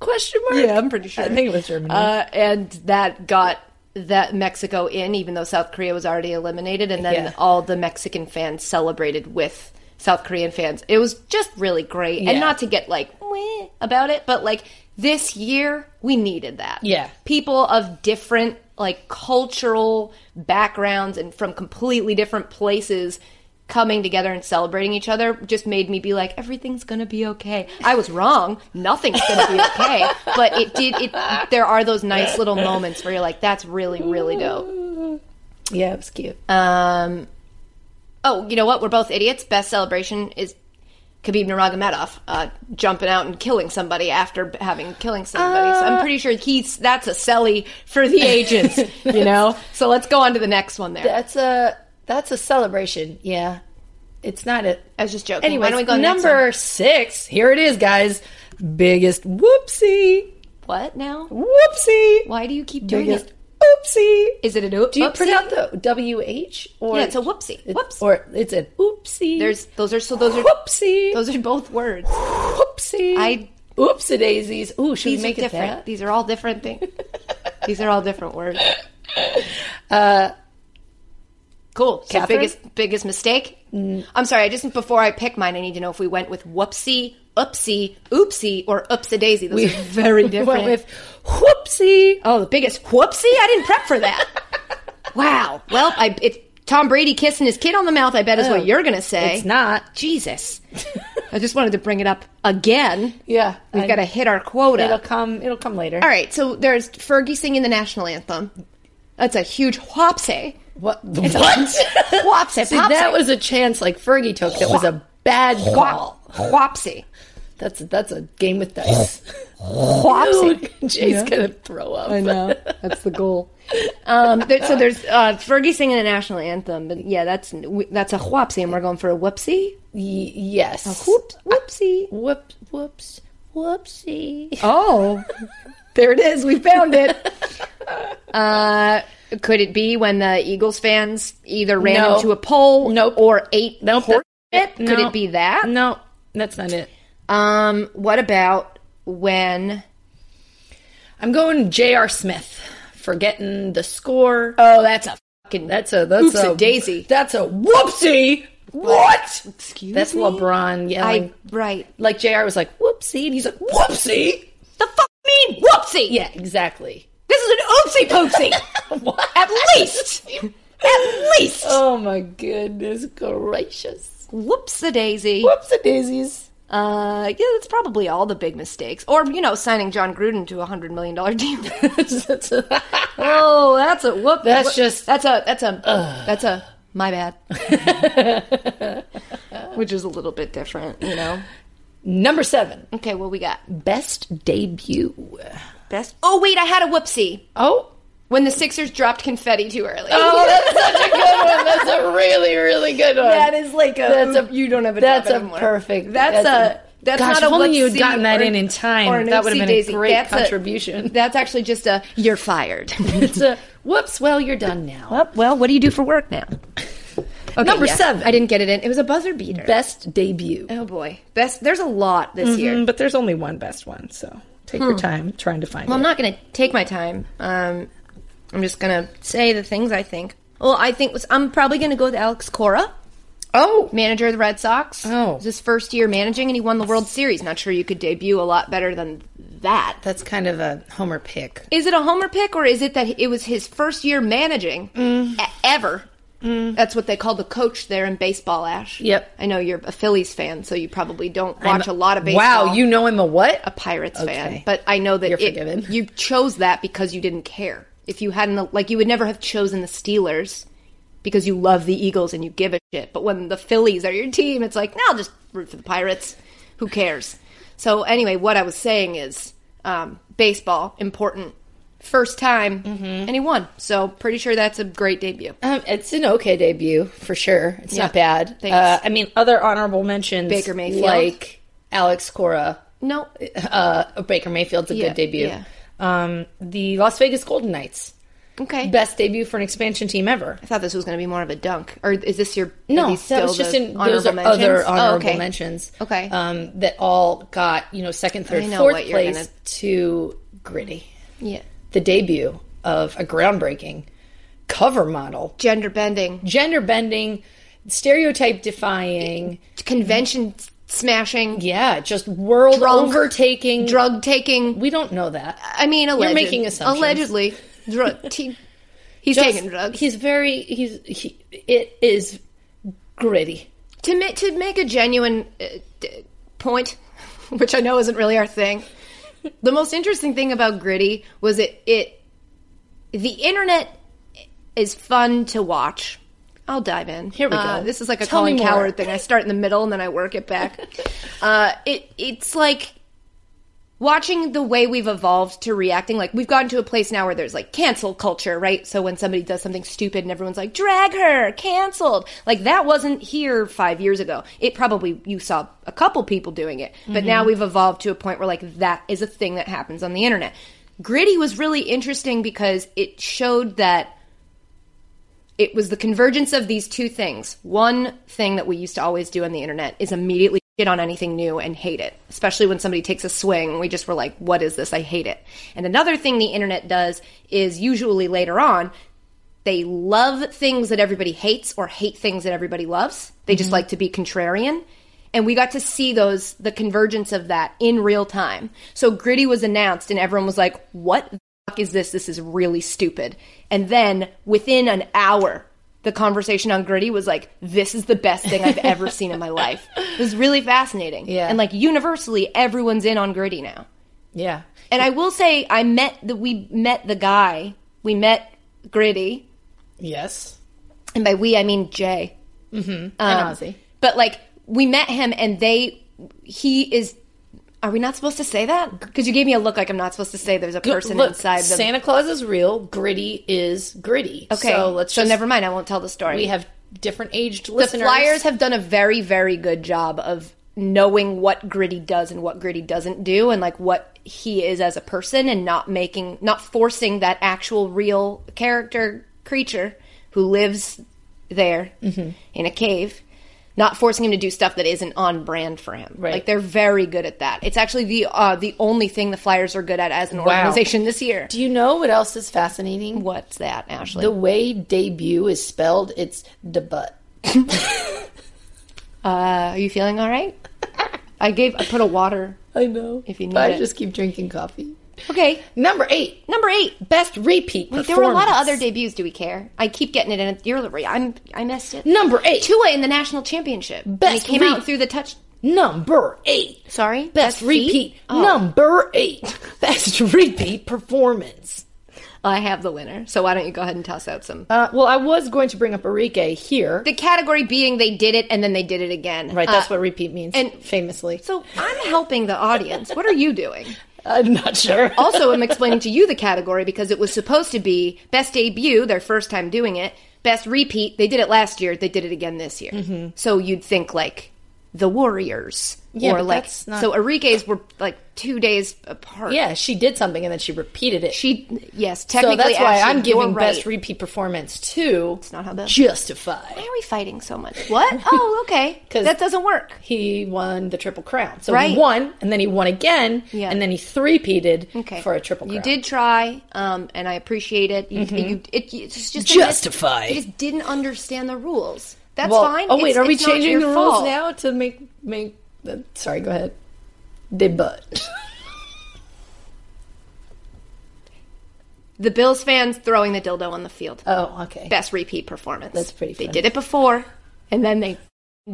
B: Question mark.
A: Yeah, I'm pretty sure.
B: I think it was Germany.
A: Uh, and that got that Mexico in, even though South Korea was already eliminated, and then
B: Yeah.
A: all the Mexican fans celebrated with South Korean fans. It was just really great,
B: Yeah.
A: and not to get like meh about it, but like this year we needed that.
B: Yeah.
A: people of different like cultural backgrounds and from completely different places coming together and celebrating each other just made me be like everything's going to be okay. I was wrong. Nothing's going to be okay, but it did it there are those nice little moments where you're like that's really really dope.
B: yeah, it was cute.
A: Um Oh, you know what? We're both idiots. Best celebration is Khabib Nurmagomedov uh, jumping out and killing somebody after b- having killing somebody. so
B: Uh.
A: I'm pretty sure he's that's a selly for the
B: (laughs)
A: ages, you know. So let's go on to the next one. There,
B: that's a that's a celebration. Yeah, it's not a.
A: I was just joking.
B: Anyway,
A: Why don't we go next
B: number six. Here it is, guys. Biggest whoopsie,
A: one? What now?
B: whoopsie.
A: Why do you keep doing
B: Biggest
A: it?
B: oopsie.
A: Is it an oop?
B: Do you
A: oopsie?
B: pronounce the W H or
A: Yeah, it's a whoopsie. Whoops.
B: or it's an oopsie?
A: There's those are so those are
B: whoopsie.
A: those are both words.
B: whoopsie.
A: I-
B: oopsie daisies. Ooh, should we
A: These
B: make
A: are
B: it
A: different.
B: that?
A: These are all different things. These are all
B: (laughs)
A: different (laughs) words. Uh, cool. So
B: Catherine?
A: biggest biggest mistake. I'm sorry. I just before I pick mine, I need to know if we went with whoopsie, oopsie, oopsie, or oopsie daisy. Those are (laughs) very different.
B: Went with whoopsie.
A: oh, the biggest whoopsie. I didn't prep for (laughs) that. wow. Well, I it's Tom Brady kissing his kid on the mouth. I bet is what you're gonna say.
B: It's not.
A: (laughs) Jesus. I just wanted to bring it up again.
B: Yeah,
A: We've got to hit our quota.
B: It'll come. It'll come later.
A: All right, so there's Fergie singing the national anthem. That's a huge whopsy.
B: What?
A: It's a
B: (laughs)
A: (laughs)
B: what?
A: Whopsy.
B: See, that was a chance like Fergie took. That was a bad call.
A: whopsy.
B: That's that's a game with dice.
A: Whopsy.
B: (laughs) Dude, Jay's gonna throw up. I (laughs)
C: (laughs)
B: know.
A: That's the goal. Um, there, so there's uh, Fergie singing the national anthem, but yeah, that's we, that's a whopsy, and we're going for a whoopsie.
B: yes.
A: Whoop, whoopsie.
B: Whoop. Whoops. Whoopsie.
A: Oh, (laughs) there it is. We found it. Uh, could it be when the Eagles fans either ran
B: No.
A: into a pole,
B: Nope.
A: or ate
B: (laughs) Nope,
A: horse
B: that's
A: shit?
B: it.
A: Could
B: No.
A: it be that?
B: No, that's not it.
A: Um, what about when
B: I'm going J.R. Smith. Forgetting the score.
A: Oh, that's a fucking.
B: That's a that's
A: Oopsie
B: a
A: daisy.
B: That's a whoopsie. What?
A: Excuse
B: That's
A: me?
B: LeBron yelling.
A: I right.
B: like Jr. was like whoopsie, and he's like whoopsie.
A: The fuck mean whoopsie?
B: Yeah, exactly.
A: This is an oopsie (laughs) poopsie.
B: (laughs) What?
A: At
B: (laughs)
A: least. At least.
B: Oh my goodness gracious!
A: Whoops the daisy.
B: Whoopsie (laughs) daisies.
A: Uh, yeah, that's probably all the big mistakes. Or, you know, signing John Gruden to a $100 million deal. (laughs) oh, that's a whoop.
B: That's
A: whoop-
B: just-
A: That's a, that's a, that's a, my bad. Which is a little bit different, you know?
B: (laughs) Number seven,
A: Okay, what we got?
B: best debut.
A: Best. Oh, wait, I had a whoopsie.
B: Oh,
A: When the Sixers dropped confetti too early.
B: oh, that's such a good one. (laughs) That's a really, really good one.
A: that is like a,
B: That's a-
A: you don't have a
B: that's
A: job
B: a
A: anymore.
B: perfect.
A: That's, a, that's
B: gosh,
A: not
B: if
A: a
B: only you had
A: whoopsie
B: gotten that
A: or-
B: in in
A: or an
B: time. That would
A: oopsie
B: have been
A: daisy.
B: a great
A: That's a-
B: contribution.
A: that's actually just a you're fired. (laughs)
B: it's a whoops. Well, you're done now.
A: Oh, well, what do you do for work now?
B: Number seven.
A: I didn't get it in. It was a buzzer beater.
B: Best debut.
A: oh boy, best. There's a lot this year.
B: but there's only one best one, so take your time trying to find
A: Well, I'm not going to take my time. Um, I'm just going to say the things I think. Well, I think was, I'm probably going to go with Alex Cora.
B: Oh,
A: manager of the Red Sox.
B: Oh.
A: It was his first year managing, and he won the World Series. Not sure you could debut a lot better than that.
B: that's kind of a homer pick.
A: Is it a homer pick, or is it that it was his first year managing
B: Mm.
A: e- ever? That's what they call the coach there in baseball, Ash.
B: Yep.
A: I know you're a Phillies fan, so you probably don't watch a lot of baseball.
B: Wow, you know him a what?
A: a Pirates fan,
B: Okay.
A: but I know that
B: You're
A: it-
B: forgiven.
A: you chose that because you didn't care. If you hadn't, like, you would never have chosen the Steelers because you love the Eagles and you give a shit. But when the Phillies are your team, it's like, no, I'll just root for the Pirates. Who cares? So anyway, what I was saying is, um, baseball important. First time,
B: Mm-hmm.
A: and he won. So pretty sure that's a great debut.
B: Um, it's an okay debut for sure. It's not bad.
A: Thanks.
B: Uh, I mean, other honorable mentions
A: Baker Mayfield.
B: like Alex Cora.
A: No,
B: Uh, Baker Mayfield's a
A: Yeah,
B: good debut.
A: yeah.
B: Um, the Las Vegas Golden Knights
A: okay.
B: best debut for an expansion team ever.
A: I thought this was going to be more of a dunk, or is this your? are
B: No,
A: these
B: that
A: still
B: was just
A: the
B: in those
A: honorable
B: are
A: mentions?
B: other
A: Oh,
B: honorable
A: okay.
B: mentions.
A: Okay.
B: um, that all got you know second, third,
A: I know
B: fourth
A: what you're
B: place
A: gonna-
B: to Gritty,
A: Yeah,
B: the debut of a groundbreaking cover model,
A: gender bending.
B: gender bending, stereotype defying,
A: convention smashing,
B: yeah, just world
A: Drunk. Uh,
B: overtaking.
A: drug taking.
B: We don't know that.
A: I mean, alleged,
B: making assumptions.
A: Allegedly,
B: (laughs)
A: drug. T- he's
B: Just-
A: taking drugs.
B: He's very. He's. He, it is gritty.
A: to ma- to make a genuine uh, d- point, (laughs) which I know isn't really our thing. The most interesting thing about Gritty was it it the internet is fun to watch. I'll dive in. Here
B: we go.
A: This is like a
B: Tell
A: Colin
B: me more.
A: Coward thing. I start in the middle and then I work it
B: (laughs)
A: back. uh, it it's like watching the way we've evolved to reacting like we've gotten to a place now where there's like cancel culture right so when somebody does something stupid and everyone's like drag her canceled like that wasn't here five years ago it probably you saw a couple people doing it but now we've evolved to a point where like that is a thing that happens on the internet gritty was really interesting because it showed that it was the convergence of these two things. One thing that we used to always do on the internet is immediately shit on anything new and hate it, especially when somebody takes a swing. We just were like, what is this? I hate it. And another thing the internet does is usually later on, they love things that everybody hates or hate things that everybody loves. They just like to be contrarian. And we got to see those, the convergence of that in real time. So Gritty was announced, and everyone was like, what the fuck is this? This is really stupid. And then within an hour, the conversation on Gritty was like, this is the best thing I've ever seen in my life. It was really fascinating.
B: Yeah.
A: And like universally, everyone's in on Gritty now.
B: Yeah.
A: And I will say, I met the, we met the guy, we met Gritty.
B: Yes.
A: And by we, I mean Jay.
B: and Ozzy.
A: Um, But like we met him, and they he is. Are we not supposed to say that? Because you gave me a look like I'm not supposed to say there's a person
B: Look,
A: inside the.
B: Santa Claus is real. Gritty is gritty.
A: okay,
B: So let's
A: so
B: just.
A: never mind. I won't tell the story.
B: We have different aged
A: the
B: listeners.
A: Flyers have done a very very good job of knowing what Gritty does and what Gritty doesn't do, and like what he is as a person, and not making not forcing that actual real
B: Mm-hmm.
A: character creature who lives there in a cave not forcing him to do stuff that isn't on brand for him.
B: Right.
A: Like they're very good at that. It's actually the uh, the only thing the Flyers are good at as an organization this year.
B: Do you know what else is fascinating?
A: What's that, Ashley?
B: The way debut is spelled, it's debut.
A: uh, are you feeling all
B: (laughs)
A: right? I gave I put a water.
B: I know.
A: If you need
B: but
A: it.
B: I just keep drinking coffee.
A: Okay,
B: Number eight,
A: number eight.
B: best repeat.
A: Wait, there were a lot of other debuts. Do we care? I keep getting it in. You're I'm I missed it.
B: Number eight.
A: Tua in the national championship. And
B: Best
A: he came
B: league.
A: out through the touch.
B: Number eight.
A: Sorry,
B: Best, repeat.
A: Oh.
B: Number eight. Best repeat performance.
A: I have the winner. So why don't you go ahead and toss out some?
B: Uh, well, I was going to bring up Enrique here.
A: the category being they did it and then they did it again.
B: right, that's
A: Uh,
B: what repeat means.
A: and-
B: famously,
A: So I'm helping the audience. What are you doing?
B: I'm not sure.
A: Also, I'm explaining to you the category because it was supposed to be best debut, their first time doing it, best repeat. They did it last year. They did it again this year.
B: Mm-hmm.
A: So you'd think like the Warriors
B: Yeah,
A: or
B: but
A: like
B: that's not-
A: so. Enrique's were like two days apart.
B: (laughs) yeah, she did something and then she repeated it.
A: She yes,
B: so
A: technically.
B: that's why
A: Ashley,
B: I'm giving
A: you're right.
B: best repeat performance to
A: It's not how that.
B: Justify.
A: Why are we fighting so much? What? Oh, okay.
B: (laughs) 'Cause-
A: that doesn't work.
B: He won the triple crown. So
A: Right.
B: he won, and then he won again,
A: Yeah.
B: and then he three-peated
A: Okay.
B: for a triple crown. Mm-hmm.
A: You did try, um, and I appreciate it. You, you, it it's just
B: Justify.
A: You just didn't understand the rules. That's
B: Well,
A: fine.
B: Oh wait,
A: It's-
B: are we
A: it's not your
B: changing the rules
A: fault.
B: now to make make? Uh, sorry, go ahead. Debut.
A: The Bills fans throwing the dildo on the field.
B: Oh, okay.
A: Best repeat performance.
B: That's pretty
A: They
B: funny.
A: did it before, and then they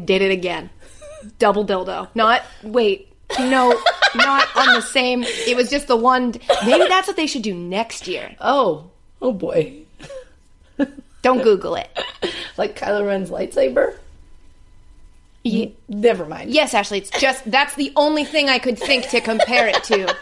A: did it again.
B: (laughs)
A: Double dildo. Not wait. No, not on the same. It was just the one. Maybe that's what they should do next year.
B: Oh, oh boy.
A: Don't Google it.
B: Like Kylo Ren's lightsaber.
A: Ye-
B: Never mind.
A: Yes, Ashley, it's just that's the only thing I could think to compare it to.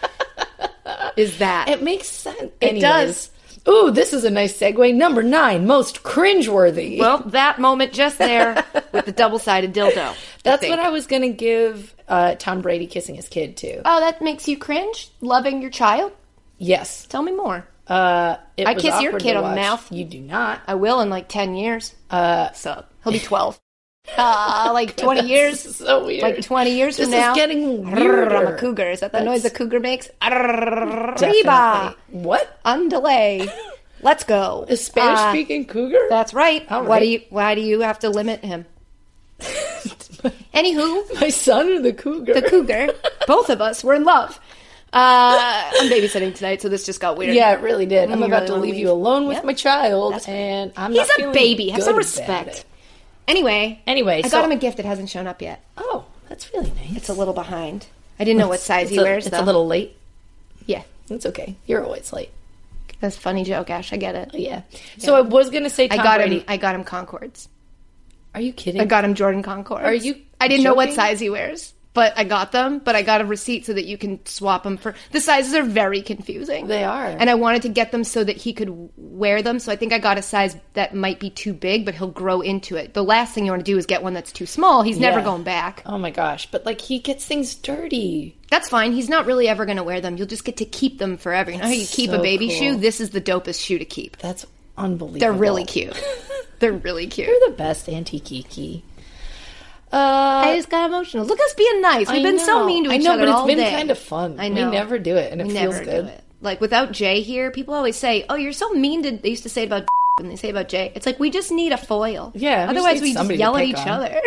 A: Is that
B: It makes sense.
A: It does.
B: Anyways. Ooh, this is a nice segue. Number nine, most cringeworthy.
A: well that moment just there with the double-sided dildo?
B: that's what I was gonna give uh, Tom Brady kissing his kid too.
A: Oh, that makes you cringe. Loving your child.
B: yes,
A: Tell me more.
B: uh, it
A: I
B: was
A: kiss your
B: awkward
A: kid
B: to
A: on the
B: watch.
A: mouth.
B: You do not. (laughs)
A: I will in like ten years. Uh, so he'll be (laughs) twelve. Uh, like twenty years.
B: So weird.
A: Like twenty years
B: This
A: from
B: is
A: now.
B: getting
A: Arrrr, I'm a
B: weirder.
A: cougar. Is that the
B: That's-
A: noise a cougar makes?
B: Definitely.
A: Arriba,
B: What?
A: undele. Let's go.
B: A Spanish
A: Uh,
B: speaking cougar?
A: That's right.
B: All
A: Why do
B: right.
A: you why do you have to limit him? Anywho,
B: (laughs) my son or the cougar?
A: the cougar, both of us were in love. Uh, I'm babysitting tonight, so this just got weird.
B: (laughs) Yeah, it really did. I'm
A: You
B: about
A: really
B: to
A: wanna
B: leave
A: leave.
B: you alone with
A: Yep.
B: my child,
A: That's right.
B: and I'm
A: he's
B: not
A: a
B: feeling
A: baby. Have some
B: good about
A: respect.
B: it.
A: Anyway,
B: Anyway,
A: I
B: so-
A: got him a gift that hasn't shown up yet.
B: Oh, that's really nice.
A: It's a little behind. I didn't know what size
B: It's
A: he
B: a-
A: wears.
B: It's
A: though.
B: a little late.
A: yeah.
B: It's okay. You're always late.
A: That's a funny joke, Ash. I get it.
B: Yeah. So I was gonna say
A: I
B: Tom
A: got
B: Brady.
A: him. I got him Concords.
B: Are you kidding?
A: I got him Jordan Concords.
B: Are you
A: I didn't know what
B: joking?
A: size he wears, but I got them. But I got a receipt so that you can swap them for. The sizes are very confusing.
B: They are.
A: and I wanted to get them so that he could wear them. So I think I got a size that might be too big, but he'll grow into it. The last thing you want to do is get one that's too small. He's never
B: Yeah.
A: going back.
B: oh my gosh! But like he gets things dirty.
A: That's fine. He's not really ever going to wear them. You'll just get to keep them forever. You know how you keep a
B: so
A: baby
B: cool.
A: shoe? This is the dopest shoe to keep.
B: That's unbelievable.
A: They're really cute. They're
B: (laughs)
A: really cute.
B: You're the best, Auntie Kiki. Uh,
A: I just got emotional. Look at us being nice. We've
B: I
A: been so
B: know.
A: mean to
B: I
A: each
B: know,
A: other
B: but it's
A: all
B: been
A: day.
B: kind of fun.
A: I
B: We
A: know.
B: never do it, and it
A: We
B: feels
A: never
B: good.
A: Do it. Like without Jay here, people always say, "Oh, you're so mean." To they used to say about (laughs) and they say about Jay. It's like we just need a foil.
B: Yeah, we just
A: Otherwise,
B: need
A: we just
B: somebody to
A: yell at
B: pick
A: each
B: on.
A: other.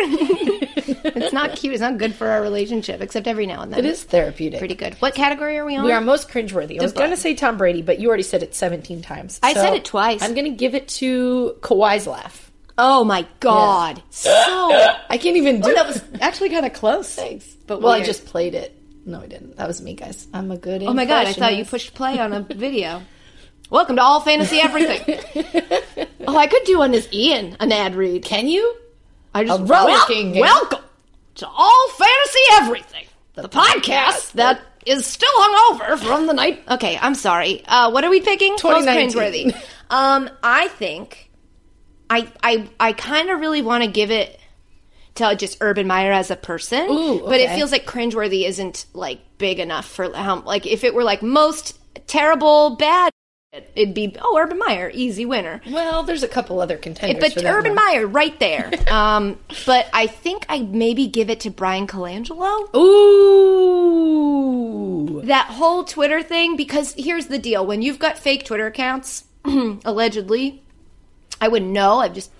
B: (laughs)
A: it's not cute. It's not good for our relationship. Except every now and then,
B: It is therapeutic.
A: pretty good. What category are we on?
B: We are most cringeworthy. I was
A: Goodbye.
B: going to say Tom Brady, but you already said it 17 times.
A: I said it twice.
B: I'm going to give it to Kawhi's laugh.
A: oh my god!
B: (laughs)
A: So
B: I can't even do
A: Oh,
B: (laughs)
A: that was actually kind of close.
B: Thanks.
A: but
B: well, I
A: weird.
B: just played it. No, I didn't. That was me, guys. I'm a good.
A: Oh my god! I thought you pushed play on a video. Welcome to all fantasy everything. oh, I could do on this Ian an ad read.
B: Can you?
A: I just
B: A rollicking
A: Wel- welcome to all fantasy everything, the, podcast that is still hungover from the night. Okay, I'm sorry. Uh, what are we picking? Most
B: 2019.
A: cringeworthy. Um, I think I I I kind of really want to give it to just Urban Meyer as a person,
B: Ooh,
A: but it
B: okay.
A: feels like cringeworthy isn't like big enough for how like if it were like most terrible bad it'd be oh Urban Meyer, easy winner.
B: Well, there's a couple other contenders.
A: But
B: for that
A: Urban
B: one.
A: Meyer right there.
B: (laughs)
A: Um, but I think I maybe give it to Brian Colangelo.
B: Oh. Ooh.
A: that whole Twitter thing because here's the deal: when you've got fake Twitter accounts, (clears throat) allegedly, I wouldn't know. I've just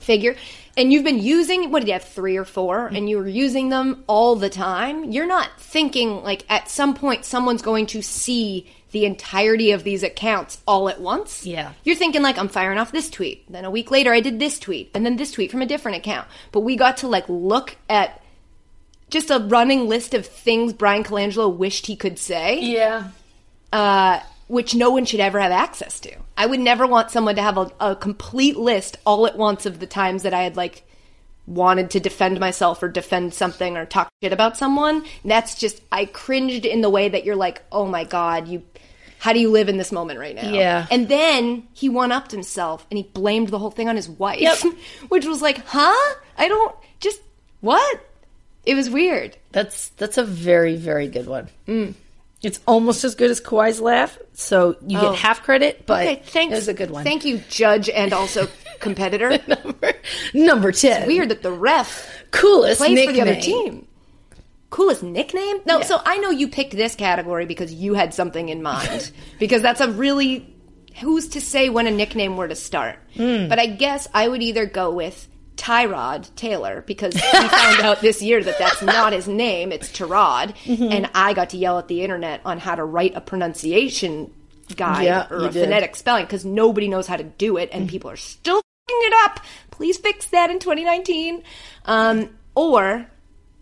A: figure, and you've been using what did you have three or four,
B: Mm-hmm.
A: and you were using them all the time. You're not thinking like at some point someone's going to see the entirety of these accounts all at once.
B: Yeah.
A: You're thinking like I'm firing off this tweet, then a week later I did this tweet, and then this tweet from a different account. But we got to like look at just a running list of things Brian Colangelo wished he could say,
B: Yeah.
A: uh, which no one should ever have access to. I would never want someone to have a, a complete list all at once of the times that I had like wanted to defend myself or defend something or talk shit about someone. That's just I cringed in the way that you're like, oh my god, you. How do you live in this moment right now?
B: Yeah.
A: And then he one upped himself and he blamed the whole thing on his wife, (laughs) which was like, huh? I don't just what? It was weird.
B: That's that's a very very good one.
A: Mm.
B: It's almost as good as Kawhi's laugh, so you
A: Oh.
B: get half credit. But
A: Okay, thanks.
B: it was a good one.
A: Thank you, judge and also (laughs) competitor.
B: number (laughs) number ten.
A: Weird that the ref
B: coolest
A: plays
B: nickname.
A: for the other team. Coolest nickname? No, so I know you picked this category because you had something in mind. because that's a really who's to say when a nickname were to start. But I guess I would either go with Tyrod Taylor because we found out this year that that's not his name; it's Tyrod, and I got to yell at the internet on how to write a pronunciation guide
B: Yeah,
A: or
B: you
A: a
B: did. Mm.
A: phonetic spelling because nobody knows how to do it, and people are still f***ing it up. Please fix that in 2019. Um, or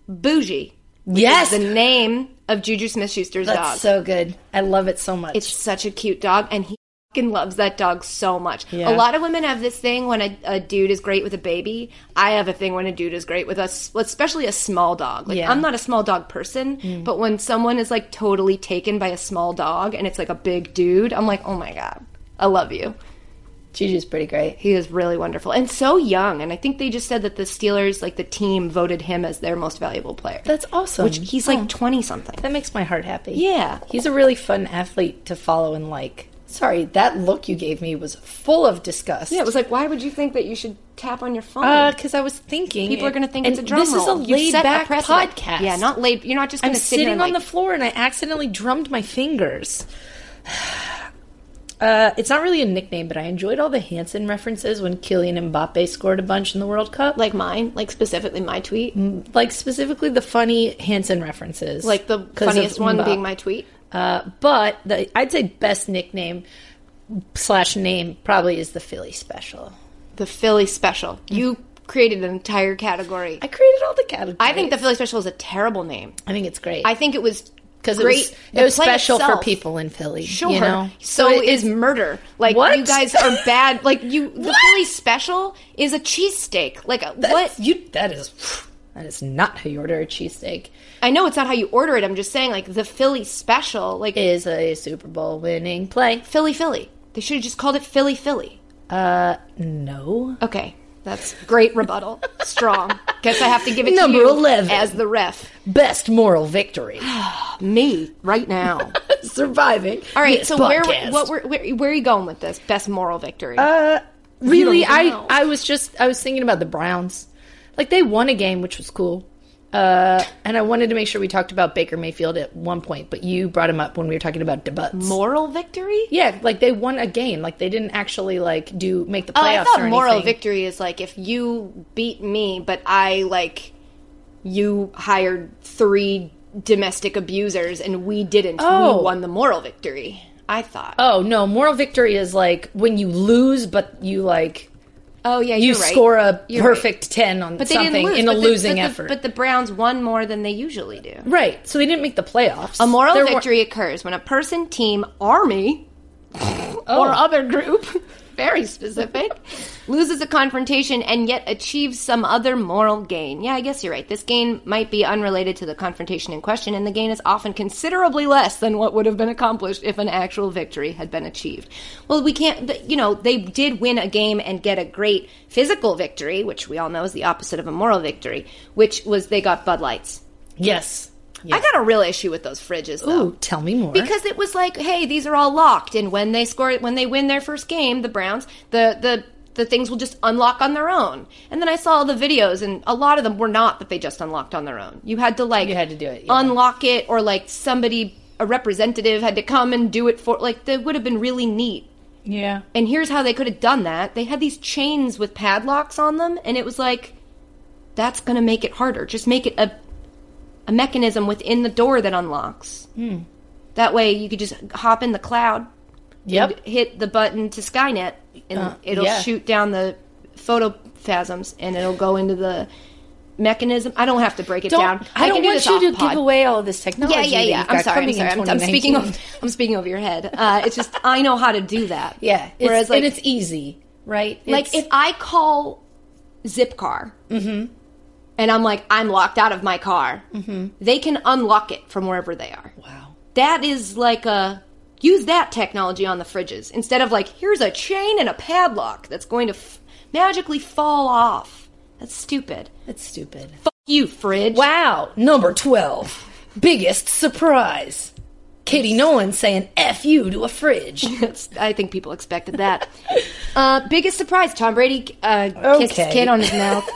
A: Bougie,
B: Yes,
A: the name of Juju Smith-Schuster's
B: that's
A: dog.
B: so good. I love it so much.
A: It's such a cute dog, and he fucking loves that dog so much.
B: Yeah.
A: A lot of women have this thing when a, a dude is great with a baby. I have a thing when a dude is great with us, especially a small dog. Like
B: Yeah. Mm.
A: I'm not a small dog person, but when someone is like totally taken by a small dog and it's like a big dude, I'm like, oh my god, I love you.
B: Juju's pretty great.
A: He is really wonderful and so young. And I think they just said that the Steelers, like the team, voted him as their most valuable player.
B: That's awesome.
A: Which he's like twenty something.
B: that makes my heart happy.
A: Yeah.
B: he's a really fun athlete to follow and like. Sorry, that look you gave me was full of disgust.
A: Yeah, it was like, why would you think that you should tap on your phone?
B: because I was thinking
A: People are going to think
B: and
A: it's a drum
B: This
A: roll.
B: is a
A: You've
B: laid
A: set
B: back
A: precedent.
B: podcast.
A: Yeah, not laid. You're not just going
B: I'm
A: to sit
B: sitting
A: here and,
B: on
A: like,
B: the floor and I accidentally drummed my fingers. (sighs) Uh, it's not really a nickname, but I enjoyed all the Hanson references when Kylian Mbappe scored a bunch in the World Cup. Like,
A: like mine, like specifically my tweet,
B: like specifically the funny Hanson references,
A: like the
B: 'Cause of
A: funniest one
B: Mbappe.
A: being my tweet.
B: Uh, but the, I'd say best nickname slash name probably is the Philly Special.
A: The Philly special. You created an entire category. Mm.
B: I
A: I,
B: created all the categories.
A: think the Philly special is a terrible name.
B: I think it's great.
A: I think it was
B: because it
A: great.
B: was,
A: the
B: it was
A: play
B: special
A: itself.
B: for people in Philly.
A: Sure.
B: you know?
A: So,
B: it-
A: is murder. Like
B: What?
A: you guys (laughs) are bad. Like you, the Philly special is a cheesesteak. Like a- what?
B: That's- you? That is that is not how you order a cheesesteak.
A: I know it's not how you order it. I'm just saying, like the Philly special, like
B: Is a Super Bowl winning play?
A: Philly Philly. They should have just called it Philly Philly.
B: Uh, no.
A: Okay, that's great rebuttal. Strong. Guess I have to give it
B: Number
A: to you
B: 11.
A: as the ref.
B: Best moral victory.
A: (gasps) Me right now.
B: Surviving.
A: (laughs) All right.
B: this
A: so where
B: podcast.
A: what were, where where are you going with this? Best moral victory.
B: Uh, really?
A: You don't
B: I
A: know.
B: I was just I was thinking about the Browns. Like they won a game, which was cool. Uh, and I wanted to make sure we talked about Baker Mayfield at one point, but you brought him up when we were talking about debuts.
A: moral victory.
B: yeah, like they won a game. Like they didn't actually like do make the
A: Oh,
B: playoffs
A: I thought
B: or
A: moral
B: anything.
A: victory is like if you beat me, but I like you hired three domestic abusers and we didn't.
B: Oh.
A: We won the moral victory. I thought. Oh,
B: Oh no, moral victory is like when you lose, but you like
A: Oh, yeah,
B: you
A: you're right.
B: score a
A: You're right.
B: perfect ten on
A: but they
B: something
A: didn't lose
B: in a
A: but the-
B: losing
A: but the-
B: effort.
A: but the Browns won more than they usually do.
B: right, so they didn't make the playoffs.
A: A moral
B: There were-
A: victory occurs when a person, team, army,
B: Oh.
A: or other group, (laughs) very specific, loses a confrontation and yet achieves some other moral gain. Yeah, I guess you're right. This gain might be unrelated to the confrontation in question, and the gain is often considerably less than what would have been accomplished if an actual victory had been achieved. Well, we can't, th- you know, they did win a game and get a great physical victory, which we all know is the opposite of a moral victory, which was they got Bud Lights.
B: yes,
A: I got a real issue with those fridges though.
B: Ooh, Oh, tell me more.
A: Because it was like, hey, these are all locked, and when they score, when they win their first game, the Browns, the the the things will just unlock on their own. And then I saw the videos, and a lot of them were not that they just unlocked on their own. You had to like,
B: You had to do it, yeah.
A: unlock it, or like somebody, a representative had to come and do it for. Like that would have been really neat.
B: yeah,
A: And here's how they could have done that: they had these chains with padlocks on them, and it was like, that's going to make it harder. Just make it a a mechanism within the door that unlocks.
B: Hmm.
A: That way, you could just hop in the cloud,
B: yep.
A: hit the button to Skynet, and
B: Uh,
A: it'll
B: yeah.
A: shoot down the photophasms, and it'll go into the mechanism. I don't have to break it
B: Don't,
A: down.
B: I, don't
A: can do
B: want
A: this
B: you
A: off
B: to
A: pod.
B: give away all of this technology.
A: Yeah, yeah,
B: that
A: yeah.
B: you've
A: I'm
B: got
A: sorry. I'm
B: coming in
A: sorry. I'm, I'm speaking.
B: 2019.
A: Over, I'm speaking over your head. Uh, it's just I know how to do that.
B: (laughs) Yeah, it's,
A: Whereas, like,
B: and it's easy, right?
A: like
B: It's- Mm-hmm.
A: if I call Zipcar, and I'm like I'm locked out of my car, they can unlock it from wherever they are.
B: wow,
A: that is like a use that technology on the fridges instead of like here's a chain and a padlock that's going to f- magically fall off. That's stupid.
B: that's stupid.
A: Fuck you, fridge.
B: Wow, number twelve, biggest surprise. Katie Nolan saying "f you" to a (laughs) fridge.
A: That's- I think people expected that. (laughs) uh, biggest surprise: Tom Brady uh, kissed his
B: Okay.
A: kid on his
B: (laughs)
A: mouth.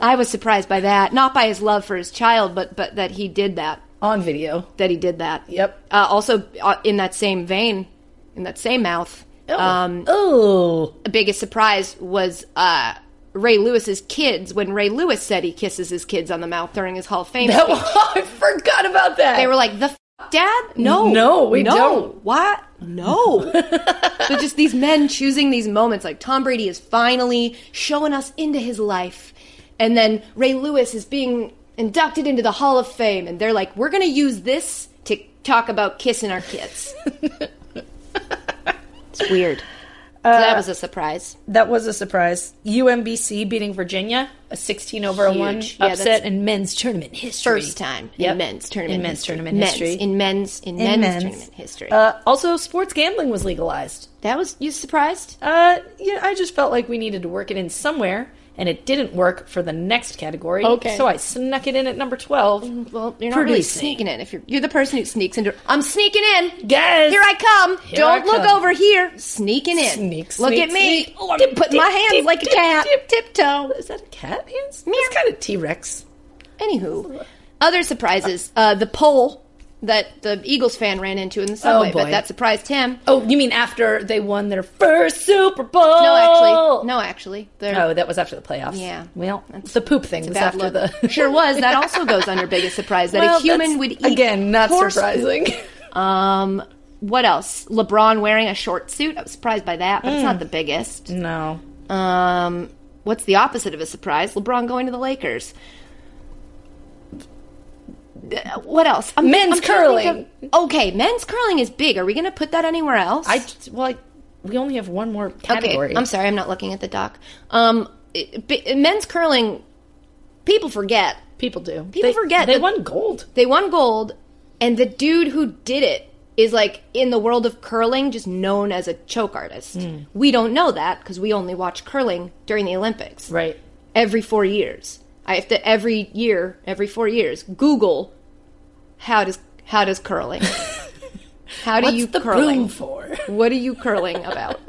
A: I was surprised by that, not by his love for his child, but but that he did that.
B: on video.
A: That he did that.
B: Yep.
A: Uh, also, uh, in that same vein, in that same mouth, um,
B: oh, (laughs)
A: biggest surprise was uh, Ray Lewis's kids when Ray Lewis said he kisses his kids on the mouth during his Hall of Fame.
B: That-
A: speech.
B: Oh, I forgot about that.
A: They were like, "The f- dad? No,
B: No, we
A: no.
B: don't."
A: What?
B: (laughs)
A: No." but just these men choosing these moments, like Tom Brady is finally showing us into his life, and then Ray Lewis is being inducted into the Hall of Fame, and they're like, "We're going to use this to talk about kissing our
B: (laughs)
A: kids." it's weird. so
B: Uh,
A: that was a surprise.
B: that was a surprise. UMBC beating Virginia, a 16 over a 1
A: Huge. Yeah,
B: upset
A: that's-
B: in men's tournament history.
A: first time
B: Yep.
A: in men's tournament
B: In men's
A: history.
B: tournament
A: Men's-
B: history.
A: in men's in, men's, tournament history.
B: Uh, also, sports gambling was legalized.
A: that was you surprised?
B: Uh, yeah, I just felt like we needed to work it in somewhere, and it didn't work for the next category.
A: Okay.
B: So I snuck it in at number 12.
A: Well, you're not really
B: Producing.
A: sneaking in. If you're you're the person who sneaks into, I'm sneaking in.
B: Yes.
A: Here I come.
B: Here
A: Don't
B: I
A: look
B: come.
A: over here. Sneaking in.
B: Sneak,
A: look
B: sneak,
A: at me.
B: sneak. Oh, I'm
A: Dip- put
B: dip,
A: my hands
B: dip,
A: like a
B: dip,
A: cat.
B: dip.
A: tiptoe.
B: Is that a cat hands?
A: Meow.
B: It's kind of T Rex.
A: Anywho, other surprises. Uh, the pole that the Eagles fan ran into in the subway,
B: Oh, boy.
A: but that surprised him.
B: Oh, you mean after they won their first Super Bowl?
A: No, actually, no, actually, They're-
B: Oh, that was after the playoffs.
A: Yeah.
B: Well, the poop thing was
A: bad
B: after
A: look.
B: (laughs)
A: (laughs)
B: the.
A: sure was. That also goes under biggest surprise that
B: Well,
A: a human
B: that's,
A: would eat.
B: again not
A: horse poop.
B: surprising.
A: (laughs) Um, what else? LeBron wearing a short suit. I was surprised by that, but it's
B: Mm.
A: not the biggest.
B: no.
A: Um, what's the opposite of a surprise? LeBron going to the Lakers. Uh, What else? I'm- trying to
B: Men's
A: think
B: curling.
A: of- okay, men's curling is big. Are we going to put that anywhere else?
B: I well, I, we only have one more
A: okay.
B: category.
A: I'm sorry, I'm not looking at the doc. Um, it- bi- men's curling. People forget
B: People do.
A: People
B: They-
A: forget
B: they
A: that-
B: won gold.
A: They won gold, and the dude who did it is like in the world of curling, just known as a choke artist. We don't know that because we only watch curling during the Olympics.
B: (laughs) Right.
A: Every four years, I have to every year, every four years, Google how does how does curling. (laughs) How do
B: What's
A: you
B: the
A: curling?
B: broom for?
A: What are you (laughs) curling about?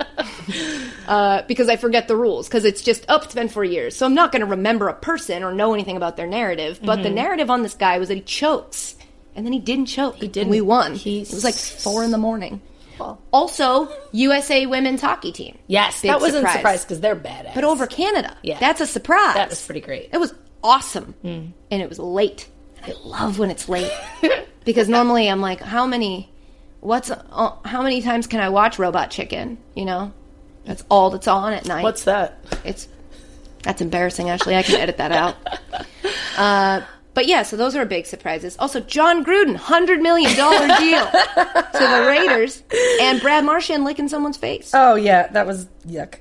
A: uh, because I forget the rules because it's just up. It's been four years, so I'm not going to remember a person or know anything about their narrative. But
B: Mm-hmm.
A: the narrative on this guy was that he chokes, and then he didn't choke. He
B: didn't.
A: We won.
B: He
A: it was like four in the morning.
B: Well.
A: Also, USA women's hockey team.
B: (laughs) Yes,
A: Big
B: that wasn't
A: surprise.
B: surprise because they're badass.
A: but over Canada.
B: Yeah.
A: that's a surprise.
B: that was pretty Mm. great.
A: It was awesome, and it was late. I love when it's late (laughs) because normally I'm like, how many, what's, uh, how many times can I watch Robot Chicken? You know, that's all that's on at night.
B: What's that?
A: it's that's embarrassing, Ashley. I can edit that
B: (laughs)
A: out. uh, but yeah, so those are big surprises. Also, John Gruden, hundred million dollar deal to the Raiders, and Brad Marchand licking someone's face.
B: Oh yeah, that was yuck.